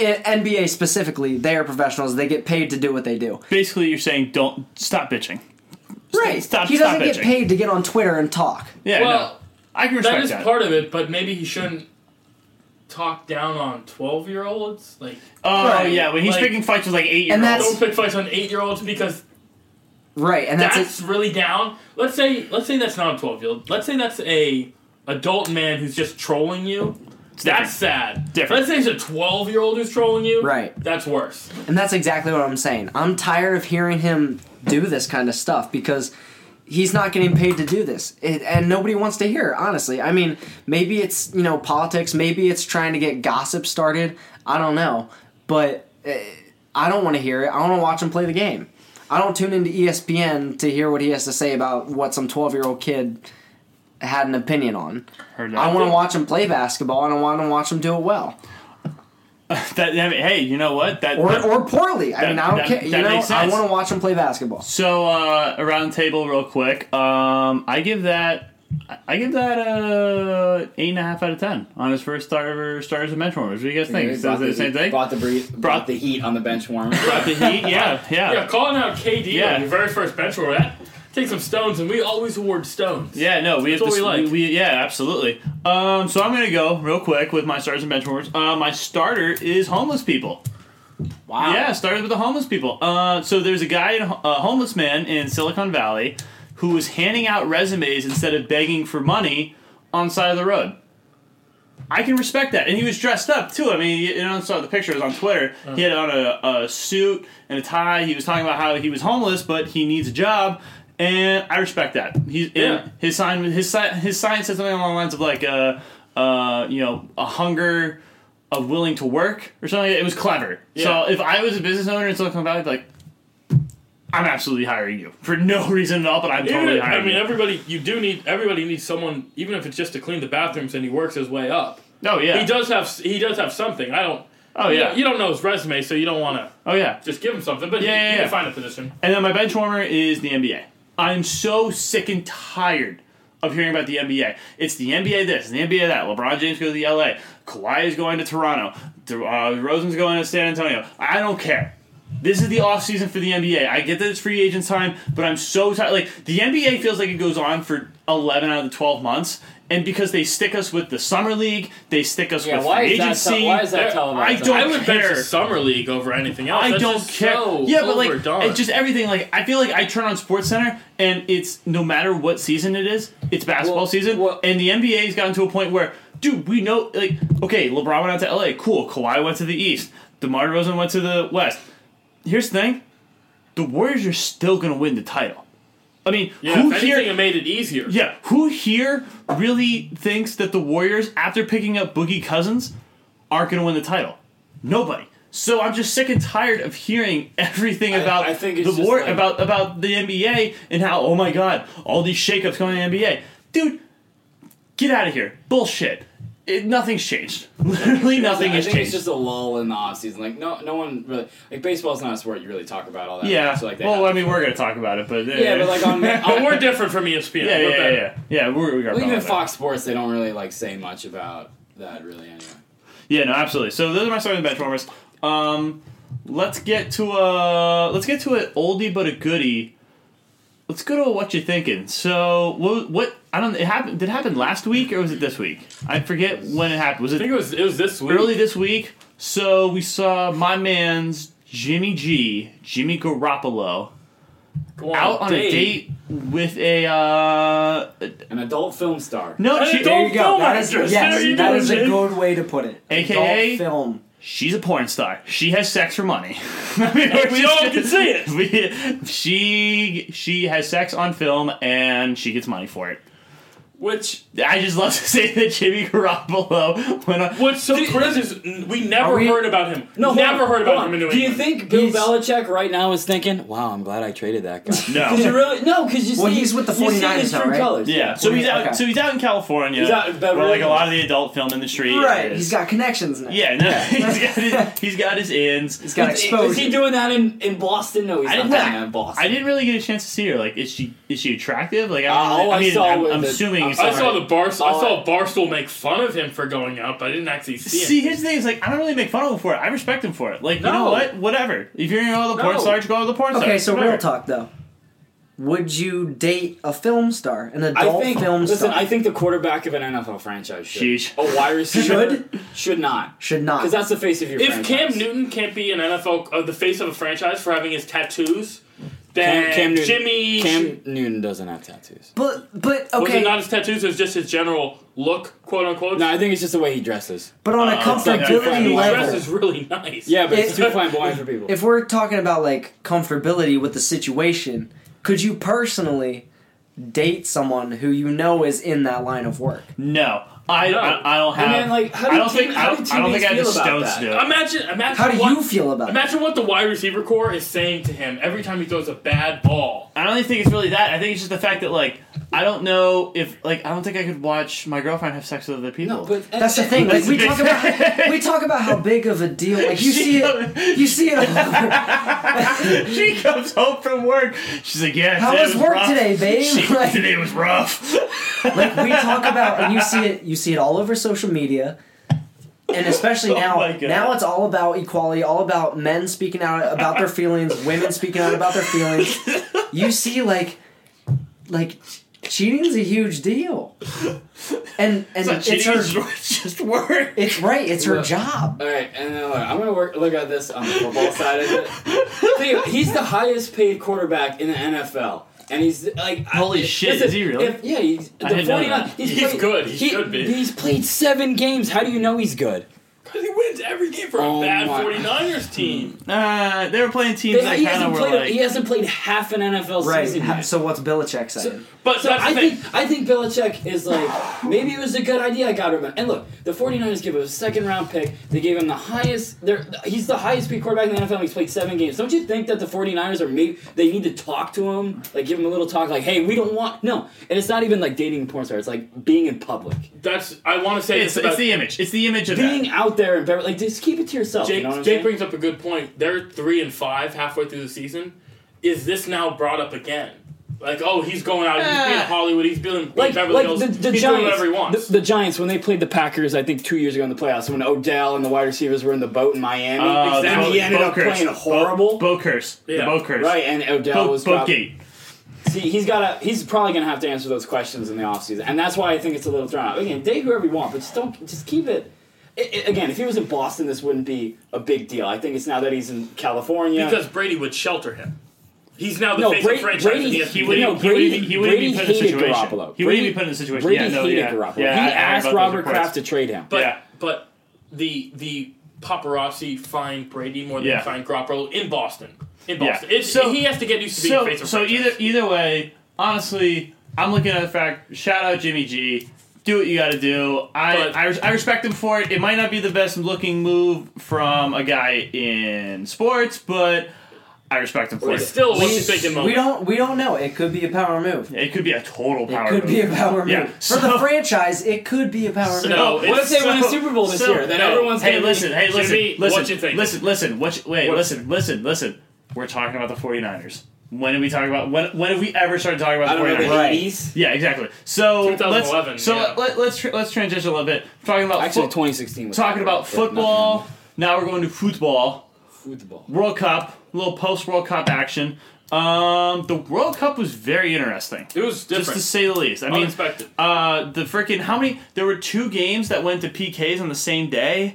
[SPEAKER 4] NBA specifically, they are professionals. They get paid to do what they do.
[SPEAKER 1] Basically, you're saying don't stop bitching.
[SPEAKER 4] Right.
[SPEAKER 1] stop-
[SPEAKER 4] he
[SPEAKER 1] stop
[SPEAKER 4] doesn't get
[SPEAKER 1] bitching.
[SPEAKER 4] paid to get on Twitter and talk.
[SPEAKER 1] Yeah,
[SPEAKER 3] Well,
[SPEAKER 1] no, I can respect
[SPEAKER 3] that
[SPEAKER 1] that.
[SPEAKER 3] is part of it, but maybe he shouldn't talk down on twelve year olds. Like
[SPEAKER 1] oh
[SPEAKER 4] Right.
[SPEAKER 1] yeah, when he's
[SPEAKER 3] Like-
[SPEAKER 1] picking fights with like eight year
[SPEAKER 4] And
[SPEAKER 1] olds.
[SPEAKER 4] that's-
[SPEAKER 3] don't pick fights on eight year olds because
[SPEAKER 4] Right. And that's,
[SPEAKER 3] that's,
[SPEAKER 4] it.
[SPEAKER 3] really down. Let's say let's say that's not a twelve year old. Let's say that's a adult man who's just trolling you. That's sad.
[SPEAKER 1] Different.
[SPEAKER 3] Let's say it's a twelve year old who's trolling you.
[SPEAKER 4] Right.
[SPEAKER 3] That's worse.
[SPEAKER 4] And that's exactly what I'm saying. I'm tired of hearing him do this kind of stuff because he's not getting paid to do this. It, and nobody wants to hear, it, honestly. I mean, maybe it's, you know, politics, maybe it's trying to get gossip started. I don't know. But uh, I don't want to hear it. I want to watch him play the game. I don't tune into E ESPN to hear what he has to say about what some 12 year old kid had an opinion on.
[SPEAKER 1] Heard that.
[SPEAKER 4] I want to watch him play basketball and I want to watch him do it well.
[SPEAKER 1] (laughs) That, I mean, hey, you know what? That,
[SPEAKER 4] Or,
[SPEAKER 1] that-
[SPEAKER 4] or poorly. I
[SPEAKER 1] That-
[SPEAKER 4] mean, I don't
[SPEAKER 1] that-
[SPEAKER 4] care. You
[SPEAKER 1] that
[SPEAKER 4] know,
[SPEAKER 1] makes
[SPEAKER 4] I
[SPEAKER 1] sense.
[SPEAKER 4] want to watch him play basketball.
[SPEAKER 1] so uh, around the table real quick. Um, I give that I- I give that a eight and a half out of ten on his first starter starters and bench warmers. What do you guys think?
[SPEAKER 2] Brought
[SPEAKER 1] Says the same thing.
[SPEAKER 2] Brought the breeze, brought, the heat on the bench warmer.
[SPEAKER 1] Brought the heat. Yeah,
[SPEAKER 3] (laughs) Yeah,
[SPEAKER 1] yeah,
[SPEAKER 3] calling out KD
[SPEAKER 1] Yeah.
[SPEAKER 3] on your very first bench roll. That takes some stones, and we always award stones.
[SPEAKER 1] yeah. No, we have
[SPEAKER 3] That's what
[SPEAKER 1] this.
[SPEAKER 3] we like.
[SPEAKER 1] We, we- yeah, absolutely. Um, so I'm gonna go real quick with my starters and bench warmers. Uh, my starter is homeless people.
[SPEAKER 2] wow.
[SPEAKER 1] Yeah, started with the homeless people. Uh, so there's a guy, in, a homeless man in Silicon Valley, who was handing out resumes instead of begging for money on the side of the road. I can respect that, and he was dressed up too. I mean, you know, saw the pictures on Twitter.
[SPEAKER 3] Uh-huh.
[SPEAKER 1] He had on a, a suit and a tie. He was talking about how he was homeless, but he needs a job, and I respect that. He's
[SPEAKER 3] Yeah.
[SPEAKER 1] and his sign. His si- his sign said something along the lines of like, uh, uh, you know, a hunger of willing to work or something. like that. It was clever. So if I was a business owner in Silicon Valley, I'd be like, I'm absolutely hiring you for no (laughs) reason at all, but I'm
[SPEAKER 3] Even
[SPEAKER 1] totally
[SPEAKER 3] if-
[SPEAKER 1] hiring
[SPEAKER 3] I mean,
[SPEAKER 1] you.
[SPEAKER 3] everybody. You do need everybody needs someone, even if it's just to clean the bathrooms, and he works his way up.
[SPEAKER 1] oh yeah.
[SPEAKER 3] He does have he does have something. I don't.
[SPEAKER 1] Oh
[SPEAKER 3] you
[SPEAKER 1] yeah.
[SPEAKER 3] don't- You don't know his resume, so you don't want to
[SPEAKER 1] Oh yeah.
[SPEAKER 3] just give him something. But
[SPEAKER 1] Yeah,
[SPEAKER 3] yeah,
[SPEAKER 1] yeah,
[SPEAKER 3] you
[SPEAKER 1] yeah.
[SPEAKER 3] can find a position.
[SPEAKER 1] And then my bench warmer is the NBA. I'm so sick and tired of hearing about the NBA. It's the NBA this, the NBA that. LeBron James goes to LA. Kawhi is going to Toronto. De- uh, Rosen's going to San Antonio. I don't care. This is the offseason for the NBA. I get that it's free agent time, but I'm so tired. Like, the NBA feels like it goes on for 11 out of the 12 months. And because they stick us with the summer league, they stick us
[SPEAKER 2] Yeah,
[SPEAKER 1] with
[SPEAKER 2] why
[SPEAKER 1] free
[SPEAKER 2] is that
[SPEAKER 1] agency.
[SPEAKER 2] tel- why is that
[SPEAKER 1] They're-
[SPEAKER 2] televised?
[SPEAKER 1] I don't
[SPEAKER 3] I would
[SPEAKER 1] care.
[SPEAKER 3] bench the summer league over anything else.
[SPEAKER 1] I
[SPEAKER 3] That's
[SPEAKER 1] don't
[SPEAKER 3] just
[SPEAKER 1] care.
[SPEAKER 3] so
[SPEAKER 1] yeah, but like
[SPEAKER 3] overdone.
[SPEAKER 1] it's just everything. Like I feel like I turn on Sports Center and it's no matter what season it is, it's basketball
[SPEAKER 2] Well,
[SPEAKER 1] season.
[SPEAKER 2] well-
[SPEAKER 1] and the NBA's gotten to a point where, dude, we know like okay, LeBron went out to LA, cool. Kawhi went to the East. DeMar DeRozan went to the West. Here's the thing: the Warriors are still gonna win the title. I mean,
[SPEAKER 3] yeah,
[SPEAKER 1] who
[SPEAKER 3] if anything,
[SPEAKER 1] here?
[SPEAKER 3] it made it easier.
[SPEAKER 1] Yeah, who here really thinks that the Warriors, after picking up Boogie Cousins, aren't going to win the title? Nobody. So I'm just sick and tired of hearing everything about
[SPEAKER 2] I think it's
[SPEAKER 1] the
[SPEAKER 2] just
[SPEAKER 1] war
[SPEAKER 2] like-
[SPEAKER 1] about about the NBA and how oh my god all these shakeups going to the NBA, dude, get out of here, bullshit. It, nothing's changed. (laughs) Literally nothing
[SPEAKER 2] I
[SPEAKER 1] has
[SPEAKER 2] think
[SPEAKER 1] changed.
[SPEAKER 2] it's just a lull in the off season. Like no, no one really like baseball's not a sport you really talk about all that.
[SPEAKER 1] yeah.
[SPEAKER 2] much. So, like, they
[SPEAKER 1] well,
[SPEAKER 2] have-
[SPEAKER 1] I mean, we're going to talk about it, but eh.
[SPEAKER 2] yeah, but like on,
[SPEAKER 3] But
[SPEAKER 2] on
[SPEAKER 3] (laughs) we're different from E ESPN.
[SPEAKER 1] yeah,
[SPEAKER 3] We're
[SPEAKER 1] yeah, yeah,
[SPEAKER 3] better.
[SPEAKER 1] yeah, yeah. We're, we're
[SPEAKER 2] Well, even Fox Sports, they don't really like say much about that really anyway.
[SPEAKER 1] Yeah, no, absolutely. So those are my starting bench warmers. Um, let's get to a let's get to an oldie but a goodie. Let's go to what you're thinking. So what what I don't it happened did it happen last week or was it this week? I forget when it happened. Was
[SPEAKER 3] I think
[SPEAKER 1] it
[SPEAKER 3] it was it was this week.
[SPEAKER 1] early this week? So we saw my man's Jimmy G, Jimmy Garoppolo,
[SPEAKER 3] Go
[SPEAKER 1] out on a date with a uh
[SPEAKER 2] An adult film star.
[SPEAKER 1] no,
[SPEAKER 3] Hey,
[SPEAKER 1] she,
[SPEAKER 3] don't-
[SPEAKER 4] There you go.
[SPEAKER 3] film
[SPEAKER 4] That is
[SPEAKER 3] actress.
[SPEAKER 4] yes.
[SPEAKER 3] There you
[SPEAKER 4] that
[SPEAKER 3] go,
[SPEAKER 4] is a
[SPEAKER 3] Jim.
[SPEAKER 4] good way to put it.
[SPEAKER 1] AKA?
[SPEAKER 4] Adult film.
[SPEAKER 1] she's a porn star. She has sex for money. (laughs) I mean, we're
[SPEAKER 3] we
[SPEAKER 1] just-
[SPEAKER 3] all can see it.
[SPEAKER 1] (laughs) We- she she has sex on film and she gets money for it.
[SPEAKER 3] Which
[SPEAKER 1] I just love (laughs) to say that Jimmy Garoppolo went on.
[SPEAKER 3] what's so crazy is n- we never
[SPEAKER 4] we-
[SPEAKER 3] heard about him.
[SPEAKER 2] No, hold
[SPEAKER 3] never
[SPEAKER 2] on,
[SPEAKER 3] heard
[SPEAKER 2] hold
[SPEAKER 3] about
[SPEAKER 2] on.
[SPEAKER 3] him in New
[SPEAKER 2] Do you
[SPEAKER 3] England.
[SPEAKER 2] think Bill
[SPEAKER 4] He's-
[SPEAKER 2] Belichick right now is thinking, "Wow, I'm glad I traded that guy"? Because
[SPEAKER 1] No.
[SPEAKER 2] you really no, because you see,
[SPEAKER 4] Well, he's with the
[SPEAKER 2] you see
[SPEAKER 4] 49ers
[SPEAKER 2] his
[SPEAKER 4] now,
[SPEAKER 2] true
[SPEAKER 4] right?
[SPEAKER 2] colors.
[SPEAKER 1] Yeah. So he's out.
[SPEAKER 4] Okay.
[SPEAKER 1] So he's out in California.
[SPEAKER 2] He's out in Beverly
[SPEAKER 1] where like a
[SPEAKER 2] Hills.
[SPEAKER 1] lot of the adult film industry.
[SPEAKER 4] Right.
[SPEAKER 1] is.
[SPEAKER 4] He's got connections now.
[SPEAKER 1] Yeah. No. (laughs) He's got his. He's got his ins.
[SPEAKER 4] He's got
[SPEAKER 2] Is, is
[SPEAKER 4] exposure.
[SPEAKER 2] he doing that in, in Boston? No, he's
[SPEAKER 1] I
[SPEAKER 2] not
[SPEAKER 1] didn't-
[SPEAKER 2] doing that in Boston.
[SPEAKER 1] I didn't really get a chance to see her. Like, is she is she attractive? Like, I,
[SPEAKER 2] Uh,
[SPEAKER 1] don't really-
[SPEAKER 2] all
[SPEAKER 1] I
[SPEAKER 2] I
[SPEAKER 1] mean,
[SPEAKER 2] saw
[SPEAKER 1] I'm,
[SPEAKER 2] was
[SPEAKER 1] I'm
[SPEAKER 2] the-
[SPEAKER 1] assuming.
[SPEAKER 2] I
[SPEAKER 1] it's
[SPEAKER 3] I
[SPEAKER 1] not
[SPEAKER 3] saw
[SPEAKER 1] her.
[SPEAKER 3] the Barstool. I
[SPEAKER 2] Oh,
[SPEAKER 3] saw Barstool make fun of him for going out, but I didn't actually see,
[SPEAKER 1] See,
[SPEAKER 3] it.
[SPEAKER 1] his thing is like I don't really make fun of him for it. I respect him for it. Like, you know
[SPEAKER 2] No.
[SPEAKER 1] what? Whatever. If you're gonna go to the porn
[SPEAKER 2] No.
[SPEAKER 1] star, go to the porn star.
[SPEAKER 4] Okay, so
[SPEAKER 1] Whatever.
[SPEAKER 4] real talk though. Would you date a film star, an adult
[SPEAKER 2] I think.
[SPEAKER 4] film
[SPEAKER 2] listen,
[SPEAKER 4] star?
[SPEAKER 2] I think the quarterback of an NFL franchise should.
[SPEAKER 1] Sheesh.
[SPEAKER 2] A wide receiver
[SPEAKER 4] Should?
[SPEAKER 2] should not.
[SPEAKER 4] should not.
[SPEAKER 2] Because that's the face of your
[SPEAKER 3] If
[SPEAKER 2] franchise.
[SPEAKER 3] Cam Newton can't be an NFL of uh, the face of a franchise for having his tattoos, then
[SPEAKER 2] Cam, Cam Newton,
[SPEAKER 3] Jimmy
[SPEAKER 2] Cam Newton doesn't have tattoos.
[SPEAKER 4] but but
[SPEAKER 3] was
[SPEAKER 4] okay.
[SPEAKER 3] it not his tattoos? It was just his general look, quote unquote.
[SPEAKER 2] No, I think it's just the way he dresses.
[SPEAKER 4] but on a
[SPEAKER 1] not too
[SPEAKER 4] comfortability
[SPEAKER 1] far.
[SPEAKER 3] His
[SPEAKER 4] level,
[SPEAKER 3] dress is really nice.
[SPEAKER 2] Yeah, but it's
[SPEAKER 4] It-
[SPEAKER 2] too flamboyant for people.
[SPEAKER 4] if we're talking about like comfortability with the situation, could you personally date someone who you know is in that line of work?
[SPEAKER 1] No, I
[SPEAKER 3] No.
[SPEAKER 1] I, I don't have.
[SPEAKER 2] then, like, how do
[SPEAKER 1] I don't
[SPEAKER 2] team-
[SPEAKER 1] think
[SPEAKER 2] how
[SPEAKER 1] I
[SPEAKER 2] do
[SPEAKER 1] don't, I don't think
[SPEAKER 2] teammates
[SPEAKER 1] I have the
[SPEAKER 2] feel about
[SPEAKER 1] stones
[SPEAKER 2] that?
[SPEAKER 1] to do it.
[SPEAKER 3] Imagine, imagine.
[SPEAKER 4] How do
[SPEAKER 3] what,
[SPEAKER 4] you feel about it?
[SPEAKER 3] Imagine what the wide receiver core is saying to him every time he throws a bad ball.
[SPEAKER 1] I don't even think it's really that. I think it's just the fact that like I don't know if like I don't think I could watch my girlfriend have sex with other people.
[SPEAKER 2] no, but
[SPEAKER 4] That's the thing. Like we talk about, we talk about how big of a deal. Like you see it, you see it. All over.
[SPEAKER 1] (laughs) she comes home from work. She's like, yeah.
[SPEAKER 4] How
[SPEAKER 1] today
[SPEAKER 4] was work
[SPEAKER 1] rough."
[SPEAKER 4] today,
[SPEAKER 1] (laughs)
[SPEAKER 2] (laughs)
[SPEAKER 4] babe?
[SPEAKER 1] She,
[SPEAKER 4] Like-
[SPEAKER 1] today was rough.
[SPEAKER 4] like we talk about and you see it you see it all over social media and especially
[SPEAKER 1] Oh
[SPEAKER 4] now
[SPEAKER 1] my God.
[SPEAKER 4] now it's all about equality all about men speaking out about their feelings women speaking out about their feelings you see like like cheating's a huge deal and and
[SPEAKER 1] It's not
[SPEAKER 4] it's,
[SPEAKER 1] cheating,
[SPEAKER 4] her
[SPEAKER 1] it's just- it's (laughs) just
[SPEAKER 2] (laughs)
[SPEAKER 1] work.
[SPEAKER 4] it's right it's her
[SPEAKER 2] Look.
[SPEAKER 4] job
[SPEAKER 2] All right, and then look, I'm gonna work. Look at this on the football side of it. Think of- he's the highest paid quarterback in the NFL, and he's like, I-
[SPEAKER 1] Holy shit,
[SPEAKER 2] listen,
[SPEAKER 1] is he really?
[SPEAKER 2] if- yeah, he's the
[SPEAKER 1] I didn't know
[SPEAKER 2] 49
[SPEAKER 1] that.
[SPEAKER 2] He's,
[SPEAKER 3] He's
[SPEAKER 2] played-
[SPEAKER 3] good, he should be.
[SPEAKER 2] He's played seven games. How do you know he's good?
[SPEAKER 3] Because he wins every game for
[SPEAKER 2] Oh
[SPEAKER 3] a bad
[SPEAKER 2] my-
[SPEAKER 3] 49ers team.
[SPEAKER 1] Uh, they were playing teams
[SPEAKER 2] They-
[SPEAKER 1] that
[SPEAKER 2] he,
[SPEAKER 1] kind of
[SPEAKER 2] hasn't
[SPEAKER 1] were
[SPEAKER 2] played,
[SPEAKER 1] like.
[SPEAKER 2] he hasn't played half an NFL
[SPEAKER 4] right
[SPEAKER 2] season.
[SPEAKER 4] Ha-
[SPEAKER 2] yet.
[SPEAKER 4] so what's Billichek saying
[SPEAKER 3] But
[SPEAKER 2] So
[SPEAKER 3] that's the
[SPEAKER 2] I
[SPEAKER 3] thing.
[SPEAKER 2] think I think Belichick is like maybe it was a good idea I got him. And look, the 49ers give him a second round pick. They gave him the highest they're he's the highest paid quarterback in the NFL. He's played 7 games. Don't you think that the 49ers are maybe they need to talk to him, like give him a little talk like, "Hey, we don't want No, and it's not even like dating a porn star. It's like being in public.
[SPEAKER 3] That's I want to say
[SPEAKER 1] it's,
[SPEAKER 3] this
[SPEAKER 1] it's
[SPEAKER 3] about
[SPEAKER 1] the image. It's the image of
[SPEAKER 2] Being
[SPEAKER 1] that.
[SPEAKER 2] out there and better, like just keep it to yourself,
[SPEAKER 3] Jake,
[SPEAKER 2] you know what I'm
[SPEAKER 3] Jake
[SPEAKER 2] saying?
[SPEAKER 3] brings up a good point. They're three and five halfway through the season. Is this now brought up again? Like, oh, he's going out. He's
[SPEAKER 1] Ah.
[SPEAKER 3] being Hollywood. He's building
[SPEAKER 2] like,
[SPEAKER 3] Beverly
[SPEAKER 2] like
[SPEAKER 3] Hills.
[SPEAKER 2] the, the
[SPEAKER 3] he's doing
[SPEAKER 2] Giants,
[SPEAKER 3] whatever he wants.
[SPEAKER 2] the, the Giants when they played the Packers, I think two years ago in the playoffs, when Odell and the wide receivers were in the boat in Miami,
[SPEAKER 3] Oh,
[SPEAKER 1] Uh,
[SPEAKER 2] and
[SPEAKER 1] the
[SPEAKER 2] he ended
[SPEAKER 1] Bo
[SPEAKER 2] up
[SPEAKER 1] curse.
[SPEAKER 2] playing horrible.
[SPEAKER 1] Bo, Bo curse. The
[SPEAKER 3] Yeah.
[SPEAKER 1] Bo curse.
[SPEAKER 2] Right, and Odell
[SPEAKER 1] Bo,
[SPEAKER 2] was
[SPEAKER 1] Bo
[SPEAKER 2] probably,
[SPEAKER 1] gate.
[SPEAKER 2] see, he's got to he's probably gonna have to answer those questions in the offseason. and that's why I think it's a little drawn out. Again, date whoever you want, but just don't just keep it. i i- again, if he was in Boston, this wouldn't be a big deal. I think it's now that he's in California.
[SPEAKER 3] because Brady would shelter him. He's now the
[SPEAKER 2] no,
[SPEAKER 3] face
[SPEAKER 2] Brady,
[SPEAKER 3] of franchise. in
[SPEAKER 2] Brady, he
[SPEAKER 3] the NFL.
[SPEAKER 2] would, no,
[SPEAKER 1] he wouldn't
[SPEAKER 2] Brady,
[SPEAKER 1] be- he wouldn't
[SPEAKER 2] Brady
[SPEAKER 1] be put in a
[SPEAKER 2] hated
[SPEAKER 1] situation.
[SPEAKER 2] Garoppolo.
[SPEAKER 1] He wouldn't be put in a situation.
[SPEAKER 2] Brady
[SPEAKER 1] Yeah, no,
[SPEAKER 2] hated
[SPEAKER 1] yeah.
[SPEAKER 2] Garoppolo.
[SPEAKER 1] Yeah, I- I
[SPEAKER 2] he
[SPEAKER 1] heard
[SPEAKER 2] asked
[SPEAKER 1] about those
[SPEAKER 2] Robert
[SPEAKER 1] reports.
[SPEAKER 2] Kraft to trade him.
[SPEAKER 3] But
[SPEAKER 1] Yeah.
[SPEAKER 3] but the the paparazzi find Brady more than
[SPEAKER 1] Yeah.
[SPEAKER 3] they find Garoppolo in Boston. In
[SPEAKER 1] Yeah.
[SPEAKER 3] Boston, It's-
[SPEAKER 1] So-
[SPEAKER 3] he has to get used to being
[SPEAKER 1] so,
[SPEAKER 3] face of
[SPEAKER 1] so
[SPEAKER 3] franchise.
[SPEAKER 1] either either way, honestly, I'm looking at the fact. Shout out Jimmy G. Do what you got to do. I,
[SPEAKER 3] But-
[SPEAKER 1] I res- I respect him for it. It might not be the best looking move from a guy in sports, but I respect him for it.
[SPEAKER 3] it's still
[SPEAKER 4] we,
[SPEAKER 3] what you think in
[SPEAKER 4] we
[SPEAKER 3] moment.
[SPEAKER 4] don't we don't know it could be a power move
[SPEAKER 1] it could be a total
[SPEAKER 4] it
[SPEAKER 1] power.
[SPEAKER 4] could
[SPEAKER 1] move.
[SPEAKER 4] be a power move
[SPEAKER 1] Yeah,
[SPEAKER 4] for the
[SPEAKER 1] so-
[SPEAKER 4] franchise it could be a power
[SPEAKER 3] So-
[SPEAKER 4] move
[SPEAKER 3] No,
[SPEAKER 2] what if
[SPEAKER 3] it's
[SPEAKER 2] they win a
[SPEAKER 3] so-
[SPEAKER 2] Super Bowl this
[SPEAKER 1] so-
[SPEAKER 2] year? Then
[SPEAKER 3] no.
[SPEAKER 2] everyone's
[SPEAKER 1] Hey,
[SPEAKER 2] gonna be-
[SPEAKER 1] listen, hey, listen,
[SPEAKER 3] Jimmy,
[SPEAKER 1] listen,
[SPEAKER 3] what you think?
[SPEAKER 1] listen, listen, what you- wait,
[SPEAKER 3] What-
[SPEAKER 1] listen, listen, listen. We're talking about the 49ers. When did we talk about when? When have we ever started talking about the
[SPEAKER 2] I don't know
[SPEAKER 1] 49ers?
[SPEAKER 2] the
[SPEAKER 4] Right.
[SPEAKER 2] 80s.
[SPEAKER 1] Yeah, exactly. So
[SPEAKER 3] 2011,
[SPEAKER 1] Let's, so
[SPEAKER 3] yeah.
[SPEAKER 1] let, let, us tr- let's transition a little bit. Talking about
[SPEAKER 2] Actually,
[SPEAKER 1] fo-
[SPEAKER 2] 2016. Was
[SPEAKER 1] talking about
[SPEAKER 2] but nothing
[SPEAKER 1] football. Now we're going to football.
[SPEAKER 2] on Football.
[SPEAKER 1] World Cup, a little post World Cup action. Um, the World Cup was very interesting,
[SPEAKER 3] It was
[SPEAKER 1] just
[SPEAKER 3] different.
[SPEAKER 1] to say the least. I mean,
[SPEAKER 3] Unexpected.
[SPEAKER 1] uh, the freaking how many? There were two games that went to PKs on the same day.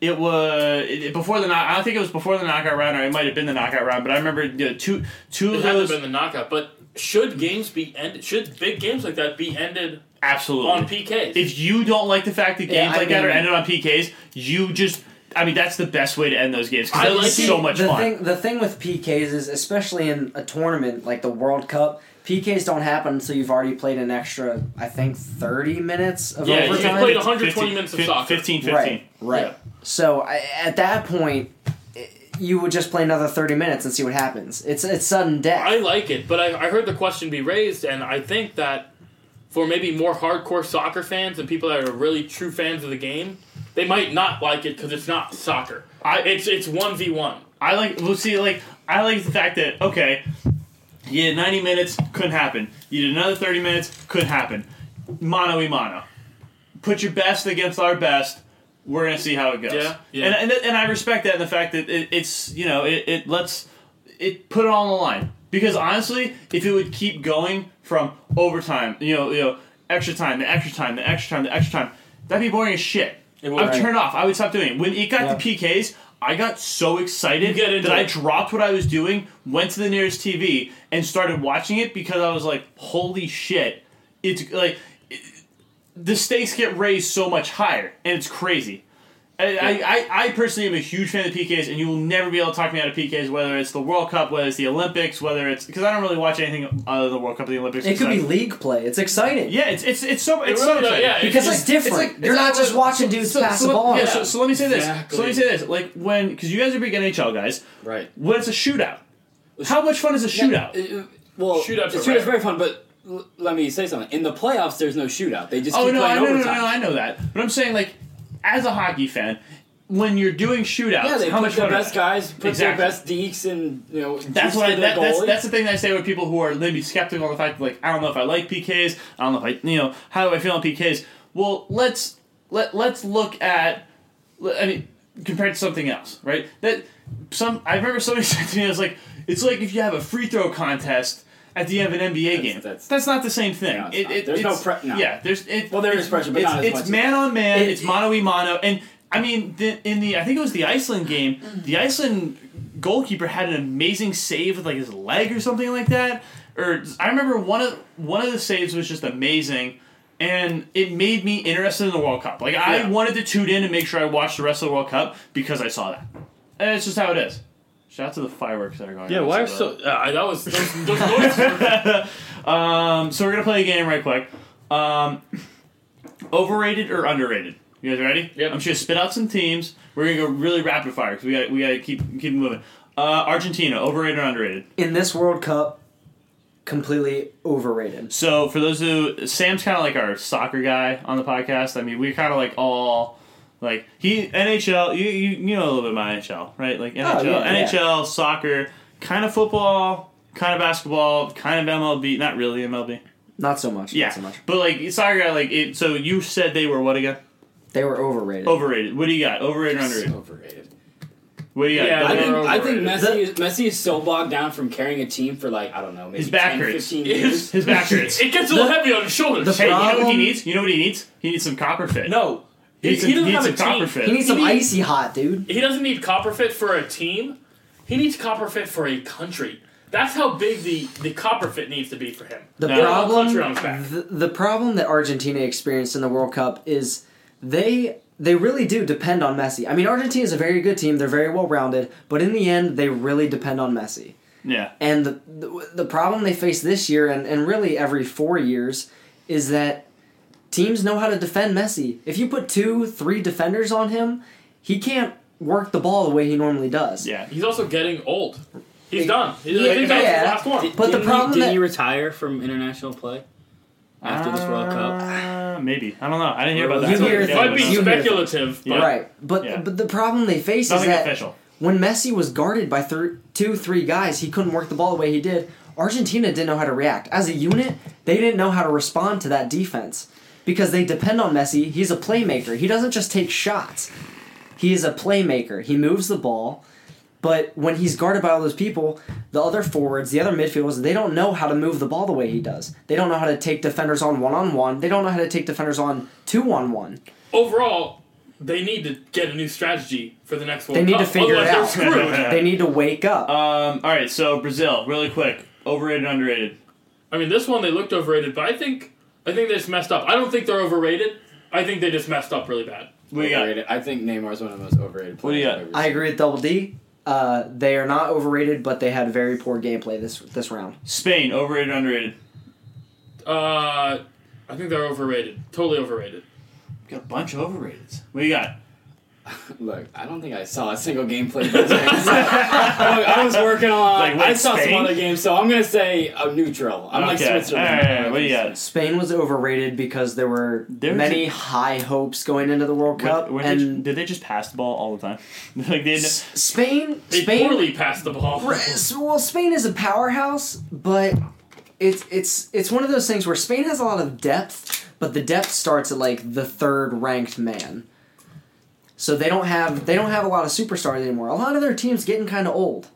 [SPEAKER 1] It was it, before the knock. I think it was before the knockout round, or it might have been the knockout round. But I remember you know, two two
[SPEAKER 3] It
[SPEAKER 1] of
[SPEAKER 3] had to have
[SPEAKER 1] those
[SPEAKER 3] been the knockout. But should games be ended? Should big games like that be ended
[SPEAKER 1] absolutely
[SPEAKER 3] on PKs?
[SPEAKER 1] if you don't like the fact that games
[SPEAKER 4] Yeah, I
[SPEAKER 1] like that are
[SPEAKER 4] mean-
[SPEAKER 1] ended on PKs, you just I mean that's the best way to end those games
[SPEAKER 3] I
[SPEAKER 1] because
[SPEAKER 3] like
[SPEAKER 1] it's
[SPEAKER 3] it.
[SPEAKER 1] so much
[SPEAKER 4] the
[SPEAKER 1] fun.
[SPEAKER 4] Thing, the thing with PKs is, especially in a tournament like the World Cup, PKs don't happen until you've already played an extra, I think, 30 minutes of
[SPEAKER 1] yeah,
[SPEAKER 3] you
[SPEAKER 1] you
[SPEAKER 4] overtime.
[SPEAKER 3] played 120 minutes of soccer.
[SPEAKER 1] 15, 15.
[SPEAKER 4] right, right.
[SPEAKER 1] Yeah.
[SPEAKER 4] So I, at that point, i- you would just play another 30 minutes and see what happens. It's it's sudden death.
[SPEAKER 3] I like it, but I, I heard the question be raised, and I think that for maybe more hardcore soccer fans and people that are really true fans of the game, they might not like it because it's not soccer.
[SPEAKER 1] I-
[SPEAKER 3] it's it's one v one.
[SPEAKER 1] I like well see like I like the fact that okay, you did 90 minutes, couldn't happen. You did another 30 minutes, couldn't happen. Mono y mono. Put your best against our best. We're gonna see how it goes.
[SPEAKER 3] Yeah, yeah.
[SPEAKER 1] And, and and I respect that and the fact that it, it's you know it, it lets it put it on the line because honestly, if it would keep going from overtime, you know, you know, extra time, the extra time, the extra time, the extra time, that'd be boring as shit. I would
[SPEAKER 4] Right.
[SPEAKER 1] turn off. I would stop doing it. When it got
[SPEAKER 4] Yeah.
[SPEAKER 1] to PKs, I got so excited
[SPEAKER 3] You get into
[SPEAKER 1] that I
[SPEAKER 3] it.
[SPEAKER 1] dropped what I was doing, went to the nearest TV, and started watching it because I was like, "Holy shit!" It's like it- the stakes get raised so much higher, and it's crazy. I, I, I, I personally am a huge fan of PKs, and you will never be able to talk me out of PKs, whether it's the World Cup, whether it's the Olympics, whether it's because I don't really watch anything other than the World Cup and the Olympics.
[SPEAKER 4] it could be
[SPEAKER 1] besides-
[SPEAKER 4] league play. It's exciting.
[SPEAKER 1] yeah, it's it's it's so it's so
[SPEAKER 3] really does,
[SPEAKER 1] exciting.
[SPEAKER 3] yeah, it-
[SPEAKER 4] Because it's,
[SPEAKER 3] It's-
[SPEAKER 4] different.
[SPEAKER 1] it's
[SPEAKER 4] You're not
[SPEAKER 1] like-
[SPEAKER 4] just watching dudes pass
[SPEAKER 1] so
[SPEAKER 4] the
[SPEAKER 1] let-
[SPEAKER 4] ball.
[SPEAKER 1] Yeah,
[SPEAKER 4] around.
[SPEAKER 1] so, so let me say this. So let
[SPEAKER 3] Exactly.
[SPEAKER 1] me say this. Like when, because you guys are big NHL guys.
[SPEAKER 2] Right.
[SPEAKER 1] When it's a shootout, how much fun is a shootout?
[SPEAKER 2] Uh, uh, well,
[SPEAKER 3] Shootouts
[SPEAKER 2] shootouts,
[SPEAKER 3] are
[SPEAKER 2] shootouts
[SPEAKER 3] rare.
[SPEAKER 2] very fun, but l- let me say something. In the playoffs, there's no shootout. They just
[SPEAKER 1] oh
[SPEAKER 2] keep
[SPEAKER 1] no, I
[SPEAKER 2] playing
[SPEAKER 1] know, no, no,
[SPEAKER 2] overtime.
[SPEAKER 1] no, I know that. But I'm saying like, as a hockey fan, when you're doing shootouts,
[SPEAKER 2] Yeah, they
[SPEAKER 1] how
[SPEAKER 2] put
[SPEAKER 1] much
[SPEAKER 2] the
[SPEAKER 1] fun are
[SPEAKER 2] best
[SPEAKER 1] they?
[SPEAKER 2] guys, put
[SPEAKER 1] Exactly.
[SPEAKER 2] their best deeks, and you know.
[SPEAKER 1] That's
[SPEAKER 2] juiced
[SPEAKER 1] what I,
[SPEAKER 2] in
[SPEAKER 1] that,
[SPEAKER 2] the
[SPEAKER 1] that's
[SPEAKER 2] goalie.
[SPEAKER 1] that's the thing that I say with people who are maybe skeptical on the fact that like I don't know if I like PKs, I don't know if I you know how do I feel on PKs. Well, let's let let's look at I mean compared to something else, right? That some I remember somebody (laughs) said to me, I was like, it's like if you have a free throw contest at the end of an NBA game.
[SPEAKER 2] that's-
[SPEAKER 1] That's, not the same thing.
[SPEAKER 2] No, it's
[SPEAKER 1] it,
[SPEAKER 2] not.
[SPEAKER 1] it,
[SPEAKER 2] There's no
[SPEAKER 1] it's-
[SPEAKER 2] pre- no.
[SPEAKER 1] Yeah, there's it,
[SPEAKER 2] Well, there
[SPEAKER 1] it's-
[SPEAKER 2] is pressure, but
[SPEAKER 1] it's,
[SPEAKER 2] not as
[SPEAKER 1] it's
[SPEAKER 2] much as-
[SPEAKER 1] man on man.
[SPEAKER 2] It-
[SPEAKER 1] it's mano y mano, and I mean the, in the I think it was the Iceland game. The Iceland goalkeeper had an amazing save with like his leg or something like that. Or I remember one of one of the saves was just amazing. And it made me interested in the World Cup. Like I
[SPEAKER 2] Yeah.
[SPEAKER 1] wanted to tune in and make sure I watched the rest of the World Cup because I saw that. And it's just how it is. Shout out to the fireworks that are going.
[SPEAKER 3] Yeah,
[SPEAKER 1] on
[SPEAKER 3] why are
[SPEAKER 1] outside, by the
[SPEAKER 3] so? Uh, that was those, (laughs) those noises. were-
[SPEAKER 1] um, so we're gonna play a game right quick. Um, overrated or underrated? You guys ready?
[SPEAKER 3] Yep.
[SPEAKER 1] I'm just gonna spit out some teams. We're gonna go really rapid fire because we got we gotta keep keep it moving. Uh, Argentina, overrated or underrated?
[SPEAKER 4] in this World Cup, completely overrated.
[SPEAKER 1] So for those who Sam's kind of like our soccer guy on the podcast. I mean, we're kind of like all like he NHL. You, you you know a little bit about NHL, right? Like NHL,
[SPEAKER 4] Oh, yeah, yeah.
[SPEAKER 1] NHL, soccer, kind of football, kind of basketball, kind of MLB. Not really MLB.
[SPEAKER 4] Not so much.
[SPEAKER 1] Yeah,
[SPEAKER 4] Not so much.
[SPEAKER 1] but like soccer, guy, like it. So you said they were what again?
[SPEAKER 4] They were overrated.
[SPEAKER 1] Overrated. What do you got? Overrated or
[SPEAKER 2] It's
[SPEAKER 1] underrated?
[SPEAKER 2] overrated.
[SPEAKER 1] What do you got?
[SPEAKER 3] Yeah,
[SPEAKER 2] I
[SPEAKER 1] Double-
[SPEAKER 2] think, I think
[SPEAKER 3] Overrated.
[SPEAKER 2] Messi, is, Messi is so bogged down from carrying a team for like I don't know maybe
[SPEAKER 1] his back
[SPEAKER 2] 10,
[SPEAKER 1] hurts.
[SPEAKER 2] 15
[SPEAKER 1] His, (laughs)
[SPEAKER 2] years.
[SPEAKER 1] his back
[SPEAKER 3] (laughs)
[SPEAKER 1] hurts.
[SPEAKER 3] it gets a little heavy on his shoulders.
[SPEAKER 4] the-
[SPEAKER 1] Hey, you know what
[SPEAKER 4] Problem-
[SPEAKER 1] he needs? You know what he needs? He needs some copper fit.
[SPEAKER 3] no,
[SPEAKER 1] he
[SPEAKER 3] he,
[SPEAKER 1] needs,
[SPEAKER 3] he
[SPEAKER 1] some,
[SPEAKER 3] doesn't
[SPEAKER 1] needs
[SPEAKER 3] have a
[SPEAKER 1] some copper
[SPEAKER 3] team.
[SPEAKER 1] fit.
[SPEAKER 4] he needs some
[SPEAKER 3] He-
[SPEAKER 4] icy hot, dude.
[SPEAKER 3] He doesn't need Copperfit for a team. He needs Copperfit for a country. That's how big the the Copperfit needs to be for him.
[SPEAKER 4] The
[SPEAKER 1] No,
[SPEAKER 4] problem,
[SPEAKER 3] country on his back.
[SPEAKER 4] the, the problem that Argentina experienced in the World Cup is they they really do depend on Messi. I mean, Argentina is a very good team; they're very well rounded, but in the end, they really depend on Messi.
[SPEAKER 1] yeah.
[SPEAKER 4] And the, the, the problem they face this year, and, and really every four years, is that teams know how to defend Messi. If you put two, three defenders on him, he can't work the ball the way he normally does.
[SPEAKER 1] Yeah.
[SPEAKER 3] He's also getting old. He's done. He's, I think
[SPEAKER 4] Yeah.
[SPEAKER 3] that's his last one.
[SPEAKER 4] But the
[SPEAKER 2] Didn't
[SPEAKER 4] problem
[SPEAKER 2] he, didn't
[SPEAKER 4] that-
[SPEAKER 2] he retire from international play after this World Cup?
[SPEAKER 1] Uh, maybe. I don't know. I didn't hear about that.
[SPEAKER 4] You hear-
[SPEAKER 1] Yeah,
[SPEAKER 3] It might be
[SPEAKER 1] but, uh,
[SPEAKER 4] You-
[SPEAKER 3] speculative, but
[SPEAKER 4] Right. But
[SPEAKER 1] Yeah.
[SPEAKER 4] but the problem they face
[SPEAKER 1] Nothing
[SPEAKER 4] is that
[SPEAKER 1] official.
[SPEAKER 4] when Messi was guarded by thir- two, three guys, he couldn't work the ball the way he did. Argentina didn't know how to react. As a unit, they didn't know how to respond to that defense because they depend on Messi. He's a playmaker. He doesn't just take shots. He is a playmaker. He moves the ball, but when he's guarded by all those people, the other forwards, the other midfielders, they don't know how to move the ball the way he does. They don't know how to take defenders on one on one. They don't know how to take defenders on two on one.
[SPEAKER 3] overall, they need to get a new strategy for the next World
[SPEAKER 4] They need
[SPEAKER 3] Cup.
[SPEAKER 4] to figure it
[SPEAKER 3] Otherwise, they're
[SPEAKER 1] out.
[SPEAKER 3] screwed.
[SPEAKER 4] They need to wake up.
[SPEAKER 1] Um, all right. So Brazil, really quick. Overrated, underrated.
[SPEAKER 3] I mean, this one they looked overrated, but I think I think they just messed up. I don't think they're overrated. I think they just messed up really bad.
[SPEAKER 1] What do you got?
[SPEAKER 2] Overrated. I think Neymar is one of the most overrated
[SPEAKER 1] What do you got?
[SPEAKER 2] players. I've ever
[SPEAKER 4] I
[SPEAKER 2] seen.
[SPEAKER 4] agree with Double D. Uh, they are not overrated, but they had very poor gameplay this this round.
[SPEAKER 1] Spain, overrated, underrated.
[SPEAKER 3] Uh, I think they're overrated. Totally overrated.
[SPEAKER 1] Got a bunch of overrateds. What do you got?
[SPEAKER 2] Look, I don't think I saw a single game played.
[SPEAKER 1] (laughs)
[SPEAKER 2] by James. Look, I was working on.
[SPEAKER 1] Like, what,
[SPEAKER 2] I saw
[SPEAKER 1] Spain?
[SPEAKER 2] some other games, so I'm gonna say I'm neutral. I'm like
[SPEAKER 1] okay.
[SPEAKER 2] Switzerland.
[SPEAKER 1] All right. What do you got?
[SPEAKER 4] Spain was overrated because there were
[SPEAKER 1] There's
[SPEAKER 4] many high hopes going into the World Cup,
[SPEAKER 1] When- when they-
[SPEAKER 4] and
[SPEAKER 1] did they just pass the ball all the time? (laughs) like they.
[SPEAKER 4] S- Spain,
[SPEAKER 3] They
[SPEAKER 4] Spain,
[SPEAKER 3] poorly passed the ball.
[SPEAKER 4] Right, s- well, Spain is a powerhouse, but it's it's it's one of those things where Spain has a lot of depth, but the depth starts at like the third ranked man. So they don't have they don't have a lot of superstars anymore. A lot of their teams getting kind of old.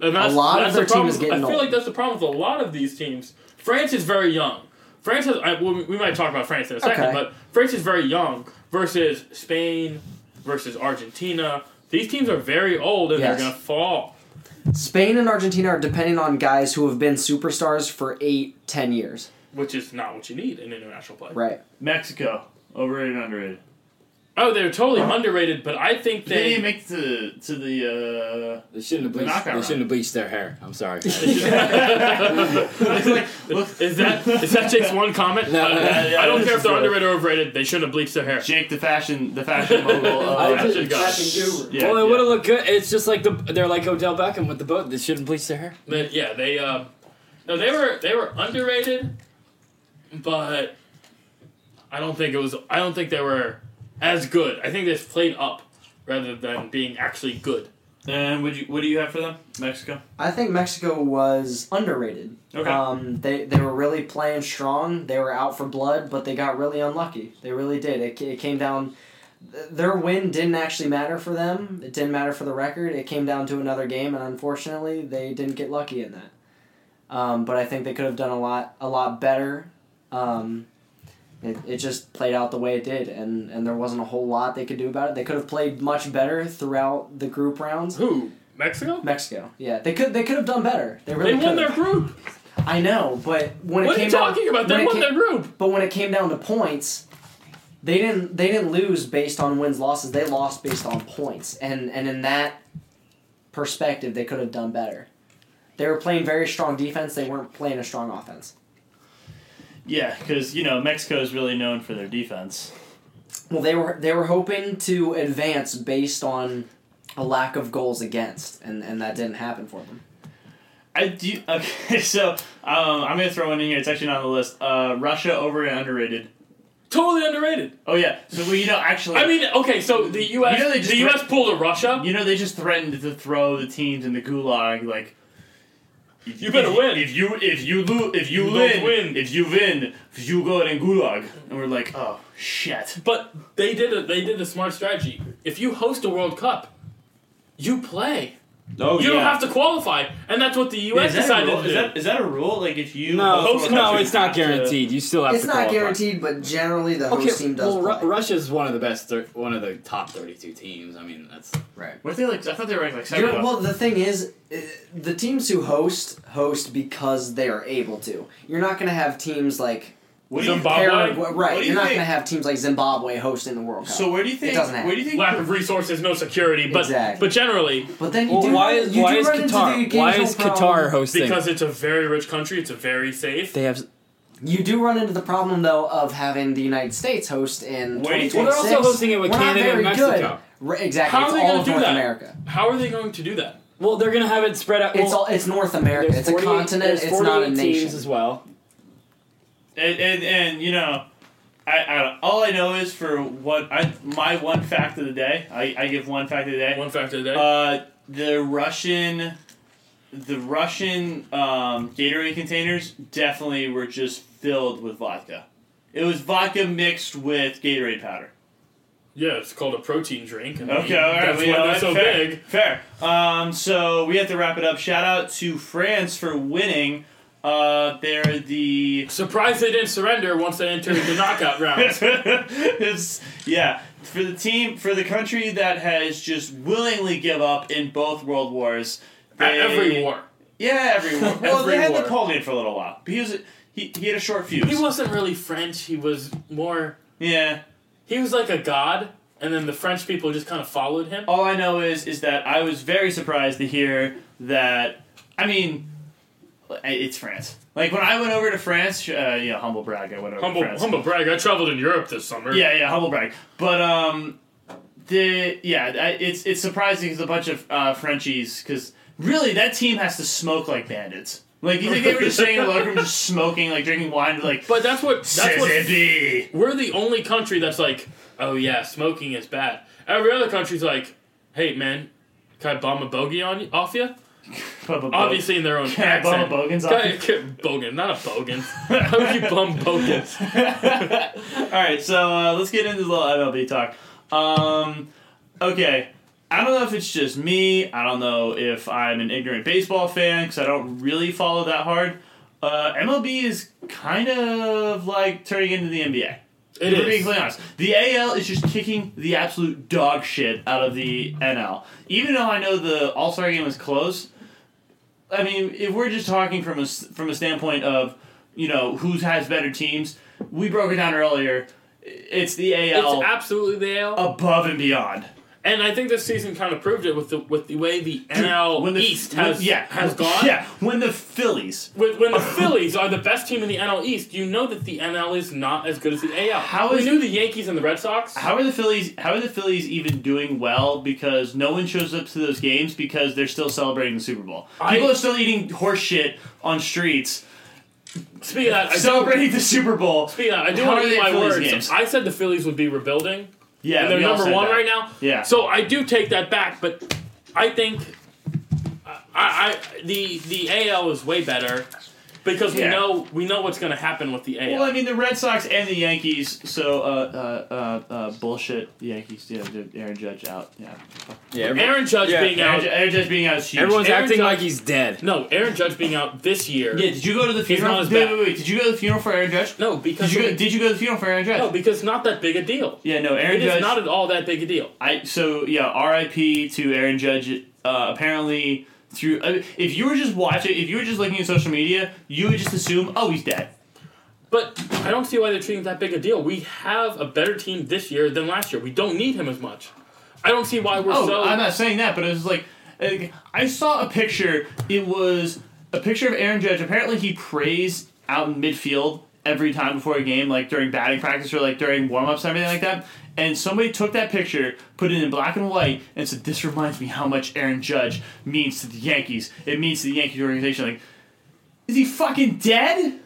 [SPEAKER 3] And that's,
[SPEAKER 4] A lot of
[SPEAKER 3] that's
[SPEAKER 4] their
[SPEAKER 3] the problem.
[SPEAKER 4] team is getting
[SPEAKER 3] I feel
[SPEAKER 4] old.
[SPEAKER 3] like that's the problem with a lot of these teams. France is very young. France has. I, well, we might talk about France in a second,
[SPEAKER 4] Okay.
[SPEAKER 3] but France is very young versus Spain, versus Argentina. These teams are very old and
[SPEAKER 4] Yes.
[SPEAKER 3] they're gonna fall.
[SPEAKER 4] Spain and Argentina are depending on guys who have been superstars for eight, ten years.
[SPEAKER 3] Which is not what you need in international play.
[SPEAKER 4] Right.
[SPEAKER 1] Mexico, overrated, underrated.
[SPEAKER 3] Oh, they're totally underrated, but I think
[SPEAKER 1] They
[SPEAKER 3] they.
[SPEAKER 1] didn't make the to the. uh,
[SPEAKER 2] They shouldn't have bleached.
[SPEAKER 1] Knockout
[SPEAKER 2] They
[SPEAKER 1] round.
[SPEAKER 2] shouldn't have bleached their hair.
[SPEAKER 1] (laughs)
[SPEAKER 2] I'm sorry.
[SPEAKER 1] Uh, look,
[SPEAKER 3] is that is that Jake's one comment?
[SPEAKER 2] No,
[SPEAKER 3] I-
[SPEAKER 2] no, no,
[SPEAKER 1] no,
[SPEAKER 3] I don't
[SPEAKER 1] this
[SPEAKER 3] care
[SPEAKER 1] is
[SPEAKER 3] if they're
[SPEAKER 1] good.
[SPEAKER 3] underrated or overrated. They shouldn't have bleached their hair.
[SPEAKER 1] Jake, the fashion, the (laughs) fashion mogul.
[SPEAKER 2] I
[SPEAKER 1] Uh,
[SPEAKER 2] just-
[SPEAKER 3] should go.
[SPEAKER 1] yeah,
[SPEAKER 2] well, it
[SPEAKER 1] yeah.
[SPEAKER 2] would have looked good. It's just like the they're like Odell Beckham with the boat. They shouldn't bleach their hair.
[SPEAKER 3] They- yeah, they um, no, they were they were underrated, but I don't think it was. I don't think they were as good. I think they just played up. rather than being actually good.
[SPEAKER 1] And would you, what do you have for them? Mexico.
[SPEAKER 4] I think Mexico was underrated.
[SPEAKER 1] Okay.
[SPEAKER 4] Um, they they were really playing strong. They were out for blood, but they got really unlucky. They really did. It, ca- it came down. th- Their win didn't actually matter for them. It didn't matter for the record. It came down to another game, and unfortunately, they didn't get lucky in that. Um, but I think they could have done a lot a lot better. Um, it, it just played out the way it did, and, and there wasn't a whole lot they could do about it. They could have played much better throughout the group rounds.
[SPEAKER 3] Who? Mexico?
[SPEAKER 4] Mexico. Yeah, they could they could have done better. They really
[SPEAKER 3] They won
[SPEAKER 4] could.
[SPEAKER 3] their group.
[SPEAKER 4] I know, but
[SPEAKER 3] What
[SPEAKER 4] when it
[SPEAKER 3] are
[SPEAKER 4] came
[SPEAKER 3] you talking
[SPEAKER 4] down,
[SPEAKER 3] about? They
[SPEAKER 4] when it
[SPEAKER 3] won
[SPEAKER 4] came-
[SPEAKER 3] their group.
[SPEAKER 4] But when it came down to points, they didn't they didn't lose based on wins losses. They lost based on points, and and in that perspective, they could have done better. They were playing very strong defense. They weren't playing a strong offense.
[SPEAKER 1] Yeah, because you know Mexico is really known for their defense.
[SPEAKER 4] Well, they were they were hoping to advance based on a lack of goals against, and and that didn't happen for them.
[SPEAKER 1] I do. Okay, (laughs) so um, I'm gonna throw one in here. It's actually not on the list. Uh, Russia over and underrated.
[SPEAKER 3] Totally underrated.
[SPEAKER 1] Oh yeah. So well, you know, actually,
[SPEAKER 3] I mean, okay, so the U.S.
[SPEAKER 1] You know they just
[SPEAKER 3] the
[SPEAKER 1] re-
[SPEAKER 3] U.S. pulled a Russia.
[SPEAKER 1] you know, they just threatened to throw the teams in the gulag. Like,
[SPEAKER 3] You better
[SPEAKER 1] if,
[SPEAKER 3] win.
[SPEAKER 1] If you if you lose if you,
[SPEAKER 3] You
[SPEAKER 1] win,
[SPEAKER 3] don't win.
[SPEAKER 1] if you win you go in gulag. And we're like, oh shit.
[SPEAKER 3] But they did a they did a smart strategy. If you host a World Cup, you play.
[SPEAKER 1] No,
[SPEAKER 3] You don't have to qualify, and that's what the U.S.
[SPEAKER 1] Oh, Is that, a
[SPEAKER 3] decided
[SPEAKER 1] rule?
[SPEAKER 3] to do.
[SPEAKER 1] Is, that, is that a rule? Like if you
[SPEAKER 2] No,
[SPEAKER 1] host a
[SPEAKER 2] no,
[SPEAKER 1] country,
[SPEAKER 2] it's
[SPEAKER 1] you
[SPEAKER 2] not
[SPEAKER 1] have to-
[SPEAKER 2] guaranteed. You still have
[SPEAKER 4] It's
[SPEAKER 2] to.
[SPEAKER 4] not
[SPEAKER 2] qualify.
[SPEAKER 4] guaranteed, but generally the host
[SPEAKER 2] Okay,
[SPEAKER 4] team does
[SPEAKER 2] well, Ru-
[SPEAKER 4] play.
[SPEAKER 2] Russia's one of the best, thir- one of the top thirty-two teams. I mean, that's
[SPEAKER 4] right.
[SPEAKER 1] Weren't they like? I thought they were ranked like
[SPEAKER 4] You're-
[SPEAKER 1] second.
[SPEAKER 4] well, the thing is, uh, the teams who host host because they are able to. You're not going to have teams like
[SPEAKER 1] what do you
[SPEAKER 3] Zimbabwe?
[SPEAKER 4] Paraguay,
[SPEAKER 1] What
[SPEAKER 4] right?
[SPEAKER 1] do
[SPEAKER 4] You're
[SPEAKER 1] you
[SPEAKER 4] not
[SPEAKER 1] think-
[SPEAKER 4] going to have teams like Zimbabwe hosting the World Cup.
[SPEAKER 1] So where do you think?
[SPEAKER 4] doesn't happen.
[SPEAKER 1] where do you think?
[SPEAKER 3] Lack of resources, no security, but
[SPEAKER 4] Exactly.
[SPEAKER 3] but generally
[SPEAKER 4] but then you do run- you do run into the occasional problem-
[SPEAKER 2] hosting?
[SPEAKER 3] because it's a very rich country, it's a very safe.
[SPEAKER 2] they have.
[SPEAKER 4] You do run into the problem though of having the United States host in.
[SPEAKER 1] Where do you-
[SPEAKER 4] 2026.
[SPEAKER 1] well, they're
[SPEAKER 2] also hosting it with
[SPEAKER 4] We're not
[SPEAKER 2] Canada and
[SPEAKER 4] very good.
[SPEAKER 2] Mexico.
[SPEAKER 4] Right, exactly.
[SPEAKER 3] How
[SPEAKER 4] it's
[SPEAKER 3] are they
[SPEAKER 4] all
[SPEAKER 3] gonna
[SPEAKER 4] of
[SPEAKER 3] do
[SPEAKER 4] North
[SPEAKER 3] that?
[SPEAKER 4] America.
[SPEAKER 3] How are they going to do that?
[SPEAKER 2] Well, they're gonna have it spread out.
[SPEAKER 4] It's
[SPEAKER 2] well,
[SPEAKER 4] all. It's North America.
[SPEAKER 2] there's
[SPEAKER 4] It's a
[SPEAKER 2] 48
[SPEAKER 4] continent.
[SPEAKER 2] there's
[SPEAKER 4] It's not a
[SPEAKER 2] 48
[SPEAKER 4] nation.
[SPEAKER 2] Teams as well.
[SPEAKER 1] and, and and you know, I, I all I know is for what I my one fact of the day. I, I give one fact of the day.
[SPEAKER 3] One factor today.
[SPEAKER 1] Uh, the Russian, the Russian um, Gatorade containers definitely were just filled with vodka. It was vodka mixed with Gatorade powder.
[SPEAKER 3] yeah, it's called a protein drink. And
[SPEAKER 1] Okay,
[SPEAKER 3] they-
[SPEAKER 1] all right.
[SPEAKER 3] that's
[SPEAKER 1] we
[SPEAKER 3] why
[SPEAKER 1] know
[SPEAKER 3] they're
[SPEAKER 1] that.
[SPEAKER 3] so
[SPEAKER 1] fair,
[SPEAKER 3] big.
[SPEAKER 1] Fair. Um, so we have to wrap it up. Shout out to France for winning. Uh, they're the (laughs)
[SPEAKER 3] Surprised they didn't surrender once they entered the knockout rounds.
[SPEAKER 1] It's- yeah, for the team, for the country that has just willingly give up in both world wars.
[SPEAKER 3] At
[SPEAKER 1] they-
[SPEAKER 3] every war.
[SPEAKER 1] Yeah, every war. (laughs) Well,
[SPEAKER 3] Every
[SPEAKER 1] they had
[SPEAKER 3] war.
[SPEAKER 1] the Colgate for a little while. He was he, he had a short fuse.
[SPEAKER 3] He wasn't really French. He was more.
[SPEAKER 1] yeah.
[SPEAKER 3] He was like a god, and then the French people just kind of followed him.
[SPEAKER 1] All I know is is that I was very surprised to hear that. I mean, it's France. Like when I went over to France, uh, you know, humble brag, I went over
[SPEAKER 3] Humble,
[SPEAKER 1] to France.
[SPEAKER 3] humble brag. I traveled in Europe this summer.
[SPEAKER 1] Yeah, yeah, humble brag. But um, the yeah, I- it's it's surprising because a bunch of uh, Frenchies because really that team has to smoke like bandits. Like you think they were
[SPEAKER 3] (laughs)
[SPEAKER 1] just sitting in the locker room just smoking, like drinking wine, like.
[SPEAKER 3] But that's what that's what
[SPEAKER 1] "Sizzibee."
[SPEAKER 3] we're the only country that's like, oh yeah, smoking is bad. Every other country's like, hey man, can I bomb a bogey on you, off you? Obviously in their own
[SPEAKER 1] Can I bomb
[SPEAKER 3] accent.
[SPEAKER 1] a bogan's
[SPEAKER 3] Can I-
[SPEAKER 1] off you?
[SPEAKER 3] can- Bogan, not a
[SPEAKER 1] (laughs)
[SPEAKER 3] bogan. How would you bum bogans?
[SPEAKER 1] All right, so uh, let's get into the little MLB talk. Um, okay, I don't know if it's just me. I don't know if I'm an ignorant baseball fan because I don't really follow that hard. Uh, MLB is kind of like turning into the NBA.
[SPEAKER 3] It
[SPEAKER 1] If we're being
[SPEAKER 3] is.
[SPEAKER 1] completely honest. The AL is just kicking the absolute dog shit out of the NL. Even though I know the All Star game was close, I mean, if we're just talking from a s- from a standpoint of you know who has better teams, we broke it down earlier. It's the AL
[SPEAKER 3] It's absolutely the AL.
[SPEAKER 1] above and beyond.
[SPEAKER 3] And I think this season kind of proved it with the with the way the NL
[SPEAKER 1] When the
[SPEAKER 3] East
[SPEAKER 1] when-
[SPEAKER 3] has
[SPEAKER 1] yeah
[SPEAKER 3] has gone.
[SPEAKER 1] yeah when the Phillies.
[SPEAKER 3] When, when the Phillies are the best team in the NL East, you know that the NL is not as good as the AL.
[SPEAKER 1] How
[SPEAKER 3] we
[SPEAKER 1] is-
[SPEAKER 3] knew the Yankees and the Red Sox.
[SPEAKER 1] How are the Phillies? How are the Phillies even doing well? Because no one shows up to those games because they're still celebrating the Super Bowl.
[SPEAKER 3] I-
[SPEAKER 1] People are still eating horse shit on streets,
[SPEAKER 3] Speaking of that, I do-
[SPEAKER 1] celebrating the Super Bowl.
[SPEAKER 3] Speaking of that, I do
[SPEAKER 1] How
[SPEAKER 3] want
[SPEAKER 1] are
[SPEAKER 3] to
[SPEAKER 1] they
[SPEAKER 3] eat my
[SPEAKER 1] Phillies
[SPEAKER 3] words.
[SPEAKER 1] games?
[SPEAKER 3] I said the Phillies would be rebuilding.
[SPEAKER 1] Yeah,
[SPEAKER 3] and they're
[SPEAKER 1] we all
[SPEAKER 3] number
[SPEAKER 1] said
[SPEAKER 3] one
[SPEAKER 1] that.
[SPEAKER 3] right now.
[SPEAKER 1] Yeah.
[SPEAKER 3] So I do take that back, but I think I, I the the AL is way better because we
[SPEAKER 1] Yeah.
[SPEAKER 3] know we know what's going to happen with the AL.
[SPEAKER 1] Well, I mean the Red Sox and the Yankees. So uh, uh, uh, uh, bullshit. Yankees. Yeah, Aaron Judge out. Yeah.
[SPEAKER 2] Yeah, everyone-
[SPEAKER 3] Aaron Judge
[SPEAKER 2] Yeah,
[SPEAKER 3] being
[SPEAKER 1] Aaron,
[SPEAKER 3] out.
[SPEAKER 1] Ju- Aaron Judge being out is huge.
[SPEAKER 2] everyone's
[SPEAKER 3] Aaron
[SPEAKER 2] acting
[SPEAKER 3] Judge-
[SPEAKER 2] like he's dead.
[SPEAKER 3] No, Aaron Judge being out this year.
[SPEAKER 1] Yeah. Did you go to the funeral?
[SPEAKER 3] not as
[SPEAKER 1] wait,
[SPEAKER 3] bad.
[SPEAKER 1] wait, wait. Did you go to the funeral for Aaron Judge?
[SPEAKER 3] No,
[SPEAKER 1] Did
[SPEAKER 3] because
[SPEAKER 1] you go,
[SPEAKER 3] of-
[SPEAKER 1] did you go to the funeral for Aaron Judge?
[SPEAKER 3] no, because not that big a deal.
[SPEAKER 1] Yeah. No. Aaron
[SPEAKER 3] It is
[SPEAKER 1] Judge.
[SPEAKER 3] not at all that big a deal.
[SPEAKER 1] I so yeah, R.I.P. to Aaron Judge. Uh, apparently, through I mean, if you were just watching, if you were just looking at social media, you would just assume, oh, he's dead.
[SPEAKER 3] But I don't see why they're treating it that big a deal. We have a better team this year than last year. We don't need him as much. I don't see why we're
[SPEAKER 1] Oh,
[SPEAKER 3] so.
[SPEAKER 1] I'm not saying that, but it was like like, I saw a picture. It was a picture of Aaron Judge. Apparently, he prays out in midfield every time before a game, like during batting practice or like during warm ups and everything like that. And somebody took that picture, put it in black and white, and said, "This reminds me how much Aaron Judge means to the Yankees. It means to the Yankees organization." Like, is he fucking dead?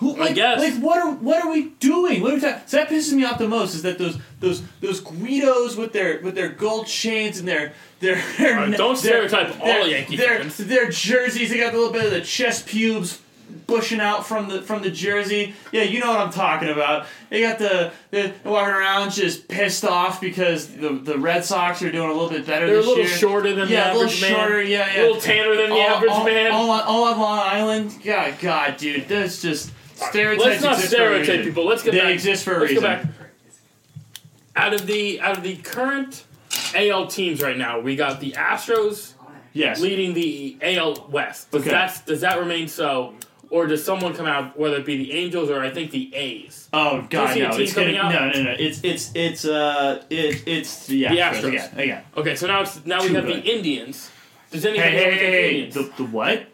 [SPEAKER 1] Who, like,
[SPEAKER 3] guess.
[SPEAKER 1] like what are what are we doing? What are we talking? So that pisses me off the most is that those those those Guidos with their with their gold chains and their their, their
[SPEAKER 3] Alright, don't stereotype all Yankee
[SPEAKER 1] their,
[SPEAKER 3] fans.
[SPEAKER 1] Their jerseys, they got a little bit of the chest pubes bushing out from the from the jersey. Yeah, you know what I'm talking about. They got the they're walking around just pissed off because the the Red Sox are doing a little bit better
[SPEAKER 3] They're a
[SPEAKER 1] this
[SPEAKER 3] little
[SPEAKER 1] year.
[SPEAKER 3] shorter than
[SPEAKER 1] yeah, a
[SPEAKER 3] the
[SPEAKER 1] little
[SPEAKER 3] average man.
[SPEAKER 1] shorter. Yeah, yeah.
[SPEAKER 3] A little tanner than the
[SPEAKER 1] all,
[SPEAKER 3] average
[SPEAKER 1] all,
[SPEAKER 3] man.
[SPEAKER 1] All, on- all on Long Island. God, God, dude, that's just stereotypes.
[SPEAKER 3] Let's not
[SPEAKER 1] exist for a
[SPEAKER 3] stereotype
[SPEAKER 1] reason.
[SPEAKER 3] people. Let's get
[SPEAKER 1] They
[SPEAKER 3] back.
[SPEAKER 1] exist for a
[SPEAKER 3] Let's go
[SPEAKER 1] reason.
[SPEAKER 3] back. Out of the out of the current AL teams right now, we got the Astros
[SPEAKER 1] Yes.
[SPEAKER 3] leading the AL West. Does
[SPEAKER 1] Okay.
[SPEAKER 3] that does that remain so, or does someone come out? Whether it be the Angels or I think the A's.
[SPEAKER 1] Oh God,
[SPEAKER 3] see a
[SPEAKER 1] no!
[SPEAKER 3] team
[SPEAKER 1] It's gonna,
[SPEAKER 3] coming out?
[SPEAKER 1] no, no, no! It's it's it's uh it it's the Astros,
[SPEAKER 3] Astros.
[SPEAKER 1] again. again.
[SPEAKER 3] Okay, so now it's now we
[SPEAKER 1] Too
[SPEAKER 3] have
[SPEAKER 1] good.
[SPEAKER 3] the Indians. Does anybody
[SPEAKER 1] Hey,
[SPEAKER 3] ever
[SPEAKER 1] hey,
[SPEAKER 3] take the
[SPEAKER 1] hey, hey!
[SPEAKER 3] Indians?
[SPEAKER 1] The, the what?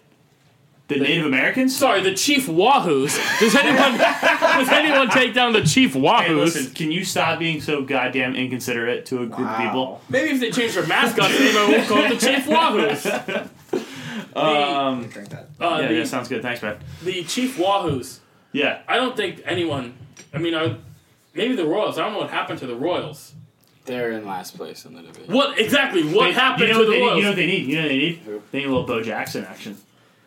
[SPEAKER 1] The Native Americans?
[SPEAKER 3] Sorry, the Chief Wahoos.
[SPEAKER 1] (laughs)
[SPEAKER 3] Does anyone does anyone take down the Chief Wahoos?
[SPEAKER 1] Hey, listen, can you stop being so goddamn inconsiderate to a group of people?
[SPEAKER 3] Maybe if they change their mascot name, I won't call it
[SPEAKER 1] (laughs)
[SPEAKER 3] the Chief Wahoos.
[SPEAKER 1] Um,
[SPEAKER 6] Drink that.
[SPEAKER 3] Uh,
[SPEAKER 1] yeah,
[SPEAKER 3] the,
[SPEAKER 1] yeah, sounds good. Thanks, man.
[SPEAKER 3] the Chief Wahoos.
[SPEAKER 1] Yeah,
[SPEAKER 3] I don't think anyone. I mean, I, maybe the Royals. I don't know what happened to the Royals.
[SPEAKER 2] They're in last place in the division.
[SPEAKER 3] What exactly? What
[SPEAKER 1] They- you
[SPEAKER 3] happened
[SPEAKER 1] know
[SPEAKER 3] to
[SPEAKER 1] what
[SPEAKER 3] the
[SPEAKER 1] they need,
[SPEAKER 3] Royals?
[SPEAKER 1] You know what they need? You know what they need?
[SPEAKER 2] Who?
[SPEAKER 1] They need a little Bo Jackson action.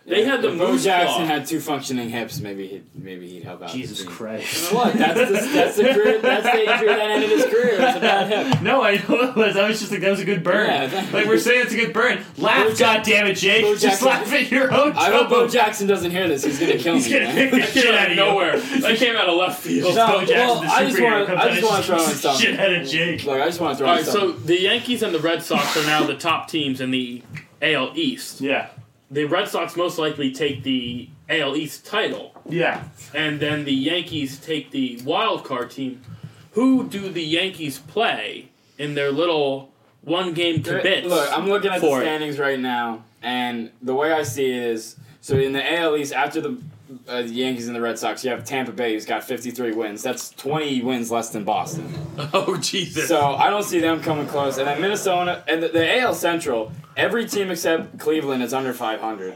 [SPEAKER 3] they had the
[SPEAKER 2] If Bo
[SPEAKER 3] Moose
[SPEAKER 2] Jackson
[SPEAKER 3] Claw.
[SPEAKER 2] had two functioning hips. Maybe he'd, maybe he'd help out. the
[SPEAKER 1] Jesus
[SPEAKER 2] team.
[SPEAKER 1] Christ!
[SPEAKER 2] What? That's the that's the career. That's the injury that ended his career. It's a bad hip.
[SPEAKER 1] (laughs) No, I know it was. I was just like, that was a good burn.
[SPEAKER 2] Yeah, that-
[SPEAKER 1] like we're saying, it's a good burn. Laugh,
[SPEAKER 2] Bo Jack-
[SPEAKER 1] goddammit, Jake!
[SPEAKER 2] Bo
[SPEAKER 1] just
[SPEAKER 2] Jackson-
[SPEAKER 1] laugh at your own.
[SPEAKER 2] I hope Bo
[SPEAKER 1] joke.
[SPEAKER 2] Jackson doesn't hear this. He's gonna kill
[SPEAKER 1] He's
[SPEAKER 2] me.
[SPEAKER 1] gonna
[SPEAKER 2] man.
[SPEAKER 1] kick (laughs) the shit
[SPEAKER 3] Came
[SPEAKER 1] out of
[SPEAKER 3] out of
[SPEAKER 1] you.
[SPEAKER 3] nowhere. That came out of left field.
[SPEAKER 2] No,
[SPEAKER 1] Bo Jackson,
[SPEAKER 2] well,
[SPEAKER 1] the
[SPEAKER 2] I just
[SPEAKER 1] superhero,
[SPEAKER 2] wanna-
[SPEAKER 1] comes
[SPEAKER 2] I
[SPEAKER 1] out
[SPEAKER 2] just
[SPEAKER 1] and
[SPEAKER 2] wanna throw in
[SPEAKER 1] beats the
[SPEAKER 2] something.
[SPEAKER 1] Shit out of Jake.
[SPEAKER 2] Look, I just want to throw
[SPEAKER 3] All
[SPEAKER 2] in
[SPEAKER 3] right, so
[SPEAKER 2] something.
[SPEAKER 3] the Yankees and the Red Sox are now the top teams in the AL East.
[SPEAKER 1] Yeah,
[SPEAKER 3] The Red Sox most likely take the AL East title.
[SPEAKER 1] yeah.
[SPEAKER 3] and then the Yankees take the wild card team. Who do the Yankees play in their little one game to bits?
[SPEAKER 2] Look, I'm looking at the
[SPEAKER 3] for it?
[SPEAKER 2] standings right now, and the way I see it is so in the AL East after the. Uh, the Yankees and the Red Sox. You have Tampa Bay, who's got 53 wins. That's 20 wins less than Boston.
[SPEAKER 3] oh
[SPEAKER 1] (laughs)
[SPEAKER 3] Jesus!
[SPEAKER 2] So I don't see them coming close. And then Minnesota and the, the AL Central, every team except Cleveland is under 500.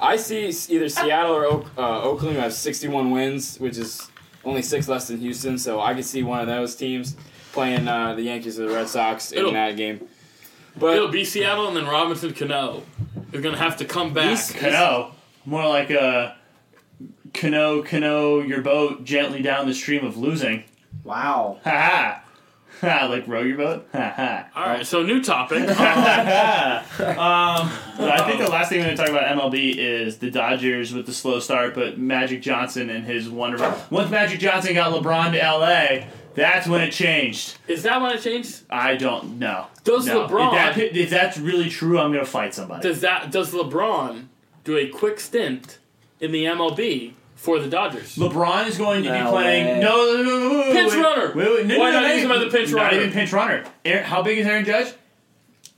[SPEAKER 2] I see s- either Seattle or Oak, uh, Oakland who have 61 wins, which is only six less than Houston. So I could see one of those teams playing uh, the Yankees or the Red Sox in
[SPEAKER 3] It'll-
[SPEAKER 2] that game.
[SPEAKER 3] It'll
[SPEAKER 2] But
[SPEAKER 3] be Seattle and then Robinson Cano. They're gonna have to come back.
[SPEAKER 2] He's-
[SPEAKER 1] Ah, Cano, more like a cano, cano your boat gently down the stream of losing.
[SPEAKER 6] Wow.
[SPEAKER 1] Ha ha. Ha, like row your boat? Ha ha.
[SPEAKER 3] All right, so new topic. Uh,
[SPEAKER 1] um, but I think the last thing we're going to talk about MLB is the Dodgers with the slow start, but Magic Johnson and his wonderful. Once Magic Johnson got LeBron to LA, that's when it changed.
[SPEAKER 3] Is that when it changed?
[SPEAKER 1] I don't know.
[SPEAKER 3] Does
[SPEAKER 1] No.
[SPEAKER 3] LeBron-
[SPEAKER 1] If, that- if that's really true, I'm going to fight somebody.
[SPEAKER 3] Does that does LeBron do a quick stint in the MLB for the Dodgers?
[SPEAKER 1] LeBron is going to be
[SPEAKER 4] No
[SPEAKER 1] playing
[SPEAKER 4] way.
[SPEAKER 1] no, no, no, no, no, no,
[SPEAKER 3] Pinch
[SPEAKER 1] wait,
[SPEAKER 3] runner.
[SPEAKER 1] Wait, wait, no,
[SPEAKER 3] Why
[SPEAKER 1] no,
[SPEAKER 3] not
[SPEAKER 1] no,
[SPEAKER 3] use him as a pinch
[SPEAKER 1] not
[SPEAKER 3] runner?
[SPEAKER 1] even pinch runner. Aaron, how big is Aaron Judge?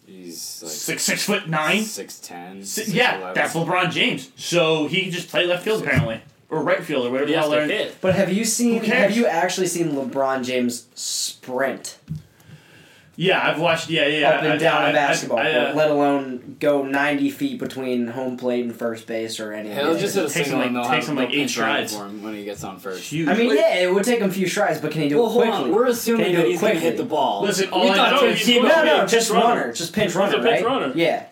[SPEAKER 2] he's
[SPEAKER 1] Six six foot
[SPEAKER 2] like
[SPEAKER 1] nine.
[SPEAKER 2] 6'10.
[SPEAKER 1] Si- yeah,
[SPEAKER 2] 6'11.
[SPEAKER 1] that's LeBron James. So he can just play left field apparently, or right field, or whatever
[SPEAKER 3] He
[SPEAKER 1] the
[SPEAKER 3] has
[SPEAKER 1] hell.
[SPEAKER 3] to
[SPEAKER 1] Aaron-
[SPEAKER 3] hit.
[SPEAKER 4] But have you seen?
[SPEAKER 1] Who cares?
[SPEAKER 4] Have you actually seen LeBron James sprint?
[SPEAKER 1] Yeah, I've watched. Yeah, yeah.
[SPEAKER 4] up and
[SPEAKER 1] I-
[SPEAKER 4] down
[SPEAKER 1] I-
[SPEAKER 4] a basketball
[SPEAKER 1] I- I,
[SPEAKER 4] court,
[SPEAKER 1] uh,
[SPEAKER 4] let alone go 90 feet between home plate and first base or any
[SPEAKER 2] He'll
[SPEAKER 4] of
[SPEAKER 2] just
[SPEAKER 4] just
[SPEAKER 2] hit a
[SPEAKER 1] Takes him
[SPEAKER 2] single
[SPEAKER 1] like-
[SPEAKER 2] and they'll
[SPEAKER 1] takes
[SPEAKER 2] have
[SPEAKER 1] him
[SPEAKER 2] they'll
[SPEAKER 1] like eight
[SPEAKER 2] pinch running
[SPEAKER 1] strides.
[SPEAKER 2] for him when he gets on first.
[SPEAKER 1] huge.
[SPEAKER 4] I mean,
[SPEAKER 2] Wait.
[SPEAKER 4] yeah, it would take him a few tries, but can he do
[SPEAKER 2] Well,
[SPEAKER 4] it
[SPEAKER 2] hold
[SPEAKER 4] quickly?
[SPEAKER 2] on. We're assuming
[SPEAKER 4] Can he do
[SPEAKER 2] that
[SPEAKER 4] it
[SPEAKER 2] he's going to
[SPEAKER 4] quickly?
[SPEAKER 2] hit the ball.
[SPEAKER 1] Listen, all
[SPEAKER 2] we
[SPEAKER 1] I
[SPEAKER 2] thought
[SPEAKER 1] know
[SPEAKER 2] that
[SPEAKER 1] is-
[SPEAKER 2] he
[SPEAKER 1] Keep
[SPEAKER 2] was-
[SPEAKER 1] up.
[SPEAKER 4] no, no,
[SPEAKER 1] Pinch
[SPEAKER 4] just
[SPEAKER 1] runner.
[SPEAKER 4] runner. Just pinch runner,
[SPEAKER 3] a pinch
[SPEAKER 4] right?
[SPEAKER 3] runner.
[SPEAKER 4] Yeah.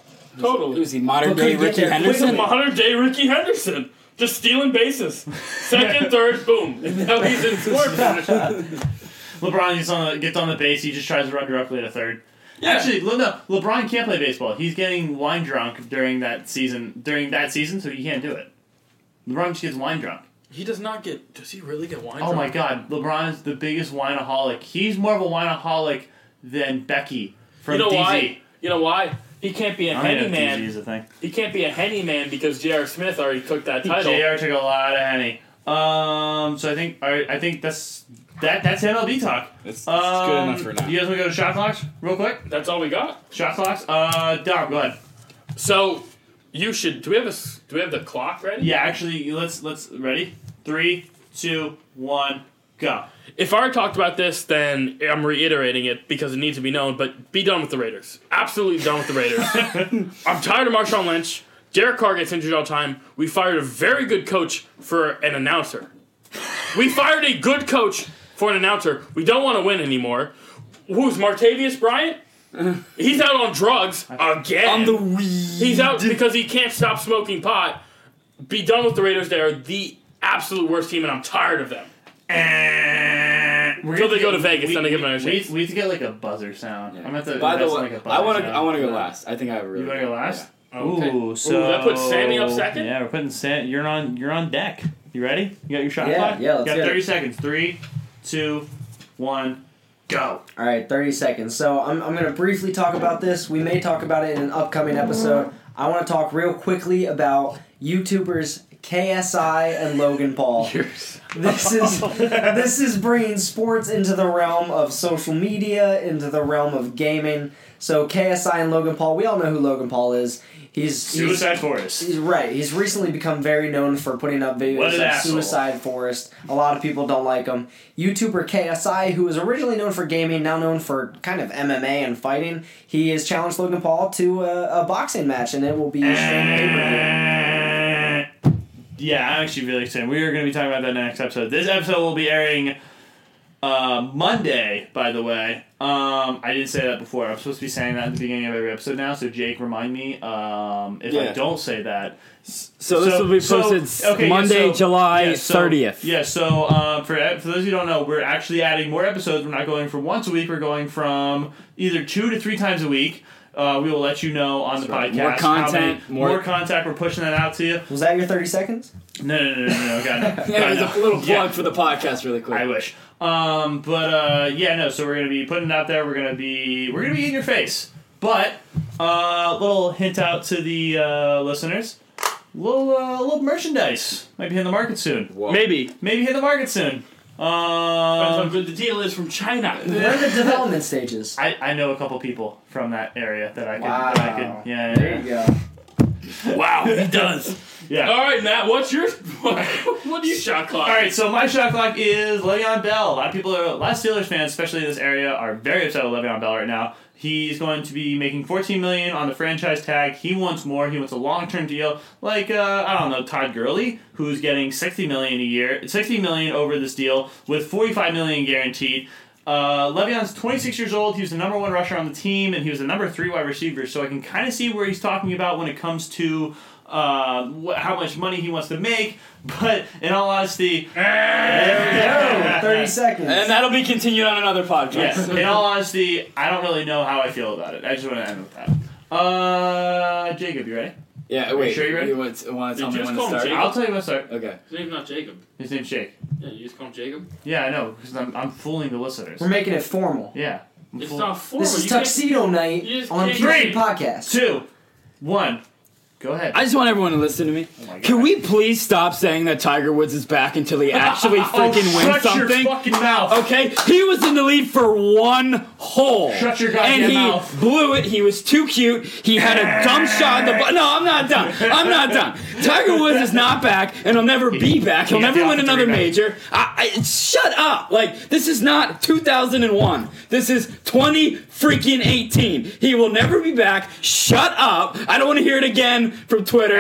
[SPEAKER 3] Totally.
[SPEAKER 2] Who's he? Modern
[SPEAKER 4] But could
[SPEAKER 2] day
[SPEAKER 4] he get
[SPEAKER 2] Ricky
[SPEAKER 4] there
[SPEAKER 3] He's a
[SPEAKER 2] Henderson.
[SPEAKER 3] modern day Ricky Henderson. Just stealing (laughs) bases. Second, third, boom. (laughs) And now he's in scoring position.
[SPEAKER 1] LeBron gets on the, gets on the base. He just tries to run directly to third. Actually, Le- no, LeBron can't play baseball. He's getting wine drunk during that season. During that season, so he can't do it. LeBron just gets wine drunk.
[SPEAKER 3] He does not get. Does he really get wine?
[SPEAKER 1] Oh my
[SPEAKER 3] drunk?
[SPEAKER 1] God, LeBron is the biggest wineaholic. He's more of a wineaholic than Becky from
[SPEAKER 3] You know
[SPEAKER 1] DZ.
[SPEAKER 3] why? You know why? He can't be a
[SPEAKER 1] I
[SPEAKER 3] henny
[SPEAKER 1] don't know if DZ
[SPEAKER 3] man.
[SPEAKER 1] is a thing.
[SPEAKER 3] He can't be a henny man because J.R. Smith already took (laughs) that title.
[SPEAKER 1] JR took a lot of henny. Um, so I think I, I think that's that. That's MLB talk.
[SPEAKER 2] It's, it's
[SPEAKER 1] Um,
[SPEAKER 2] good enough for now.
[SPEAKER 1] You guys want to go to shot clocks real quick?
[SPEAKER 3] That's all we got.
[SPEAKER 1] Shot clocks. Uh, Dom, go ahead.
[SPEAKER 3] So you should. Do we have a? s- Do we have the clock ready?
[SPEAKER 1] Yeah, actually, let's let's ready. Three, two, one, go.
[SPEAKER 3] If I talked about this, then I'm reiterating it because it needs to be known. But be done with the Raiders. Absolutely done with the Raiders.
[SPEAKER 2] (laughs)
[SPEAKER 3] I'm tired of Marshawn Lynch. Derek Carr gets injured all the time. We fired a very good coach for an announcer. We fired a good coach for an announcer. We don't want to win anymore. Who's Martavius Bryant? He's out on drugs again.
[SPEAKER 2] On the Wii.
[SPEAKER 3] He's out because he can't stop smoking pot. Be done with the Raiders. They are the absolute worst team, and I'm tired of them.
[SPEAKER 1] Until
[SPEAKER 3] they go to Vegas, then they give them another
[SPEAKER 1] we,
[SPEAKER 3] chance.
[SPEAKER 1] we need to get like a buzzer sound. I'm gonna have to
[SPEAKER 2] By the
[SPEAKER 1] invest in,
[SPEAKER 2] way,
[SPEAKER 1] like, a
[SPEAKER 2] I
[SPEAKER 1] buzzer
[SPEAKER 2] want to.
[SPEAKER 1] sound.
[SPEAKER 2] I want to go last. I think I have a really.
[SPEAKER 1] You want to go last?
[SPEAKER 3] Okay.
[SPEAKER 1] Ooh, so
[SPEAKER 3] that puts Sammy up second?
[SPEAKER 1] Yeah, we're putting Sam. You're on. You're on deck. You ready? You got your shot
[SPEAKER 4] Yeah,
[SPEAKER 1] clock.
[SPEAKER 4] yeah, let's
[SPEAKER 1] you got
[SPEAKER 4] get it.
[SPEAKER 1] thirty seconds. Three, two, one, go.
[SPEAKER 4] All right, 30 seconds. So I'm, I'm going to briefly talk about this. We may talk about it in an upcoming episode. I want to talk real quickly about YouTubers KSI and Logan Paul. (laughs) This is this is bringing sports into the realm of social media, into the realm of gaming. So KSI and Logan Paul, we all know who Logan Paul is. He's he's,
[SPEAKER 1] Suicide Forest.
[SPEAKER 4] he's right. He's recently become very known for putting up
[SPEAKER 1] What
[SPEAKER 4] videos
[SPEAKER 1] an
[SPEAKER 4] of
[SPEAKER 1] asshole.
[SPEAKER 4] Suicide Forest. A lot of people don't like him. YouTuber KSI, who was originally known for gaming, now known for kind of MMA and fighting, he has challenged Logan Paul to a, a boxing match, and it will be.
[SPEAKER 1] yeah, I'm actually really excited. We are going to be talking about that next episode. This episode will be airing uh, Monday, by the way. Um, I didn't say that before. I'm supposed to be saying that at the beginning of every episode now. So Jake, remind me um, if I
[SPEAKER 2] Yeah.
[SPEAKER 1] don't say that.
[SPEAKER 2] So, this will be
[SPEAKER 1] so-
[SPEAKER 2] posted
[SPEAKER 1] okay, yeah,
[SPEAKER 2] Monday,
[SPEAKER 1] so-
[SPEAKER 2] July
[SPEAKER 1] yeah, so-
[SPEAKER 2] thirtieth. (laughs)
[SPEAKER 1] Yeah, so uh, for for those who don't know, we're actually adding more episodes. We're not going from once a week. We're going from either two to three times a week. Uh, we will let you know on the
[SPEAKER 2] right.
[SPEAKER 1] podcast.
[SPEAKER 2] More
[SPEAKER 1] how many-
[SPEAKER 2] content, more-
[SPEAKER 1] more contact. We're pushing that out to you.
[SPEAKER 4] Was that your 30 seconds?
[SPEAKER 1] No, no, no, no, no, no. God, no.
[SPEAKER 2] (laughs) Yeah,
[SPEAKER 1] God,
[SPEAKER 2] it was a
[SPEAKER 1] no.
[SPEAKER 2] little
[SPEAKER 1] Yeah.
[SPEAKER 2] plug for the podcast, really quick.
[SPEAKER 1] I wish. Um, but uh, yeah, no. So we're gonna be putting it out there. We're gonna be we're gonna be in your face. But uh, little hint out to the uh, listeners. Little uh, little merchandise might be in the market soon.
[SPEAKER 2] Whoa.
[SPEAKER 3] Maybe.
[SPEAKER 1] Maybe hit the market soon.
[SPEAKER 3] That's how
[SPEAKER 1] Um,
[SPEAKER 3] good the deal is from China.
[SPEAKER 4] We're
[SPEAKER 1] (laughs)
[SPEAKER 4] in the development stages.
[SPEAKER 1] I, I know a couple people from that area that I could,
[SPEAKER 4] Wow.
[SPEAKER 1] that I could yeah,
[SPEAKER 4] There
[SPEAKER 1] yeah,
[SPEAKER 4] you
[SPEAKER 1] (laughs)
[SPEAKER 4] go.
[SPEAKER 3] wow, he does.
[SPEAKER 1] yeah.
[SPEAKER 3] All right, Matt, what's your what do you shot clock?
[SPEAKER 1] All right, so my shot clock is Le'Veon Bell. A lot of people, are, a lot of Steelers fans, especially in this area, are very upset with Le'Veon Bell right now. He's going to be making 14 million on the franchise tag. He wants more. He wants a long-term deal, like uh, I don't know Todd Gurley, who's getting 60 million a year, 60 million over this deal with 45 million guaranteed. Uh, Le'Veon's 26 years old. He was the number one rusher on the team, and he was the number three wide receiver. So I can kind of see where he's talking about when it comes to uh, wh- how much money he wants to make. But in all honesty,
[SPEAKER 4] There we
[SPEAKER 2] (laughs)
[SPEAKER 4] go. 30 seconds.
[SPEAKER 2] And that'll be continued on another podcast. (laughs)
[SPEAKER 1] yes. In all honesty, I don't really know how I feel about it. I just want to end with that. Uh, Jacob, you ready?
[SPEAKER 2] Yeah, wait.
[SPEAKER 1] sure you're ready?
[SPEAKER 2] You want, want to tell
[SPEAKER 3] Did
[SPEAKER 2] me
[SPEAKER 3] you
[SPEAKER 2] when to
[SPEAKER 3] just call him
[SPEAKER 2] start?
[SPEAKER 3] Jacob?
[SPEAKER 1] I'll tell you when to start.
[SPEAKER 2] Okay.
[SPEAKER 3] His name's not Jacob.
[SPEAKER 1] His name's Jake.
[SPEAKER 3] Yeah, you just call him Jacob.
[SPEAKER 1] Yeah, I know, because I'm, I'm fooling the listeners.
[SPEAKER 4] We're making it formal.
[SPEAKER 1] Yeah. I'm
[SPEAKER 3] It's
[SPEAKER 1] fool-
[SPEAKER 3] not formal.
[SPEAKER 4] This is
[SPEAKER 3] you can't-
[SPEAKER 4] tuxedo night
[SPEAKER 3] you just
[SPEAKER 4] on
[SPEAKER 3] can't-
[SPEAKER 4] PC
[SPEAKER 1] Three,
[SPEAKER 4] Podcast.
[SPEAKER 1] Two, one, go ahead.
[SPEAKER 2] I just want everyone to listen to me.
[SPEAKER 1] Oh my God.
[SPEAKER 2] Can we please stop saying that Tiger Woods is back
[SPEAKER 1] (laughs)
[SPEAKER 2] until he actually
[SPEAKER 1] Oh,
[SPEAKER 2] freaking wins
[SPEAKER 1] shut your
[SPEAKER 2] something? Oh,
[SPEAKER 1] fucking mouth.
[SPEAKER 2] Okay, he was in the lead for one hole.
[SPEAKER 3] Shut your goddamn
[SPEAKER 2] and he
[SPEAKER 3] mouth.
[SPEAKER 2] blew it. He was too cute. He had a dumb shot in the butt. No, I'm not done. I'm not done. Tiger Woods is not back, and he'll never be back. He'll
[SPEAKER 3] he had
[SPEAKER 2] never
[SPEAKER 3] the
[SPEAKER 2] win another
[SPEAKER 3] opportunity.
[SPEAKER 2] major. I, I, shut up. Like, this is not 2001. This is 20 freaking 18. He will never be back. Shut up. I don't want to hear it again from Twitter.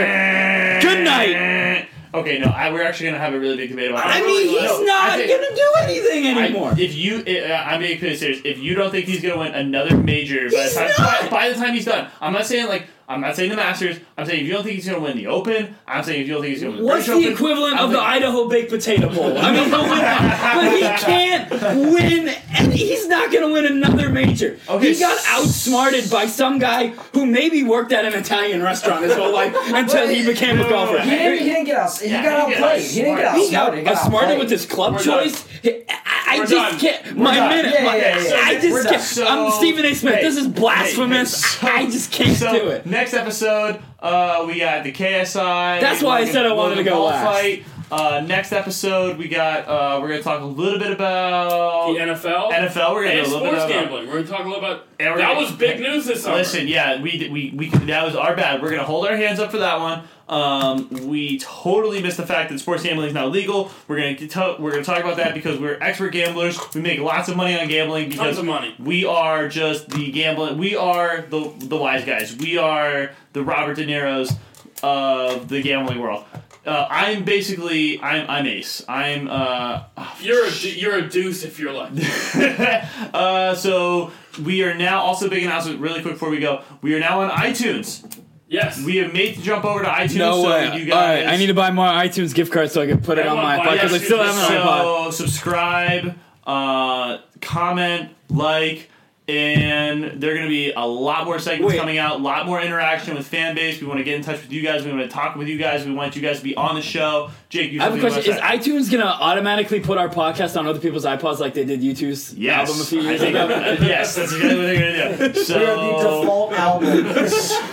[SPEAKER 2] Good night.
[SPEAKER 1] (laughs) Okay, no, I, we're actually gonna have a really big debate about.
[SPEAKER 2] I
[SPEAKER 1] that.
[SPEAKER 2] mean,
[SPEAKER 1] No,
[SPEAKER 2] he's
[SPEAKER 1] I
[SPEAKER 2] not
[SPEAKER 1] think-
[SPEAKER 2] gonna do anything
[SPEAKER 1] I-
[SPEAKER 2] anymore.
[SPEAKER 1] if you, uh, I'm being completely serious. If you don't think he's gonna win another major by
[SPEAKER 2] He's
[SPEAKER 1] the time
[SPEAKER 2] not!
[SPEAKER 1] by, by the time he's done, I'm not saying like I'm not saying the Masters. I'm saying if you don't think he's gonna win the Open, I'm saying if you don't think he's gonna win the
[SPEAKER 2] What's
[SPEAKER 1] British
[SPEAKER 2] the
[SPEAKER 1] Open,
[SPEAKER 2] equivalent
[SPEAKER 1] I'm
[SPEAKER 2] of the
[SPEAKER 1] like-
[SPEAKER 2] Idaho Baked Potato Bowl? I mean, he'll win that, but he can't win, and he's not going to win another major.
[SPEAKER 1] Okay,
[SPEAKER 2] he got
[SPEAKER 1] s-
[SPEAKER 2] outsmarted by some guy who maybe worked at an Italian restaurant his whole life until he became a golfer.
[SPEAKER 4] He didn't, he didn't get out. He got
[SPEAKER 1] he got
[SPEAKER 4] outplayed. He didn't get
[SPEAKER 1] outsmarted.
[SPEAKER 2] He got
[SPEAKER 4] outsmarted. He got
[SPEAKER 2] outsmarted
[SPEAKER 4] outplayed.
[SPEAKER 2] with his club
[SPEAKER 1] We're done.
[SPEAKER 2] choice. I, I- I
[SPEAKER 1] We're
[SPEAKER 2] just
[SPEAKER 1] done.
[SPEAKER 2] can't.
[SPEAKER 1] We're
[SPEAKER 2] my
[SPEAKER 1] done.
[SPEAKER 2] minute.
[SPEAKER 4] Yeah,
[SPEAKER 2] my-
[SPEAKER 4] yeah, yeah,
[SPEAKER 2] I
[SPEAKER 4] yeah.
[SPEAKER 2] just
[SPEAKER 4] We're
[SPEAKER 2] can't.
[SPEAKER 1] done.
[SPEAKER 2] I'm
[SPEAKER 1] So-
[SPEAKER 2] Stephen A. Smith.
[SPEAKER 1] Hey,
[SPEAKER 2] this is blasphemous.
[SPEAKER 1] hey,
[SPEAKER 2] I, I just can't
[SPEAKER 1] so,
[SPEAKER 2] do it.
[SPEAKER 1] Next episode, uh, we got the KSI.
[SPEAKER 2] That's why I
[SPEAKER 1] Logan-
[SPEAKER 2] said I wanted
[SPEAKER 1] Logan
[SPEAKER 2] to go
[SPEAKER 1] Paul
[SPEAKER 2] last.
[SPEAKER 1] Fight. Uh, next episode, we got uh, we're gonna talk a little bit about
[SPEAKER 3] The NFL.
[SPEAKER 1] NFL. We're gonna
[SPEAKER 3] And
[SPEAKER 1] do a little bit uh,
[SPEAKER 3] sports
[SPEAKER 1] about
[SPEAKER 3] gambling. We're going to talk a little about.
[SPEAKER 1] And we're
[SPEAKER 3] that
[SPEAKER 1] gonna-
[SPEAKER 3] was big news this summer.
[SPEAKER 1] Listen, yeah, we did- we we that was our bad. We're gonna hold our hands up for that one. Um, we totally missed the fact that sports gambling is not legal. We're gonna get to, we're gonna talk about that because we're expert gamblers. We make lots of money on gambling because
[SPEAKER 3] Tons of money.
[SPEAKER 1] we are just the gambling. We are the the wise guys. We are the Robert De Niro's of the gambling world. Uh, I'm basically I'm I'm Ace. I'm uh,
[SPEAKER 3] You're a, you're a deuce if you're lucky.
[SPEAKER 1] (laughs) uh, so we are now also big announcement. Really quick before we go, we are now on iTunes.
[SPEAKER 3] Yes.
[SPEAKER 1] We have made the jump over to iTunes.
[SPEAKER 2] No
[SPEAKER 1] so
[SPEAKER 2] way.
[SPEAKER 1] You
[SPEAKER 2] All
[SPEAKER 1] guys,
[SPEAKER 2] right, I need to buy more iTunes gift cards so I can put it
[SPEAKER 3] I
[SPEAKER 2] on
[SPEAKER 3] wanna
[SPEAKER 2] my
[SPEAKER 3] buy
[SPEAKER 2] iPod because I
[SPEAKER 3] iTunes
[SPEAKER 2] still have an iPod.
[SPEAKER 1] so subscribe, uh, comment, like, and there are going to be a lot more segments
[SPEAKER 2] Wait.
[SPEAKER 1] coming out. A lot more interaction with fan base. We want to get in touch with you guys. We want to talk with you guys. We want you guys to be on the show. Jake, you
[SPEAKER 2] I have a
[SPEAKER 1] something
[SPEAKER 2] question. Is
[SPEAKER 1] about that.
[SPEAKER 2] iTunes gonna automatically put our podcast on other people's iPods like they did U2's
[SPEAKER 1] Yes,
[SPEAKER 2] album a few
[SPEAKER 1] I
[SPEAKER 2] years
[SPEAKER 1] think- uh,
[SPEAKER 2] ago?
[SPEAKER 1] yes, that's exactly what
[SPEAKER 2] (laughs)
[SPEAKER 1] they're gonna do. So
[SPEAKER 4] We are the default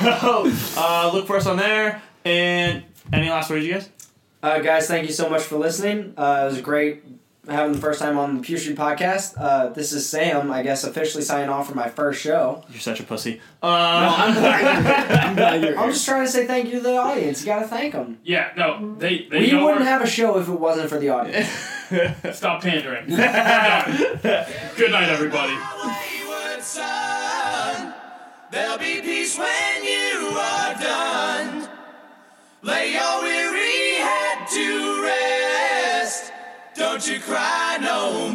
[SPEAKER 4] album.
[SPEAKER 1] (laughs) uh, look for us on there. And any last words, you guys?
[SPEAKER 4] (laughs) Uh, guys, thank you so much for listening. Uh, it was great having the first time on the Putrid podcast. Uh, this is Sam, I guess, officially signing off for my first show.
[SPEAKER 1] You're such a pussy. Uh,
[SPEAKER 2] I'm glad you're- I'm glad you're
[SPEAKER 4] I'm
[SPEAKER 2] here.
[SPEAKER 4] just trying to say thank you to the audience. You got to thank them.
[SPEAKER 3] yeah, no. They, they
[SPEAKER 4] We
[SPEAKER 3] know
[SPEAKER 4] wouldn't
[SPEAKER 3] our-
[SPEAKER 4] have a show if it wasn't for the audience.
[SPEAKER 3] Stop pandering. Good night, everybody.
[SPEAKER 5] wayward son. There'll be peace when you are done. Lay your weary head to rest. Don't you cry no more.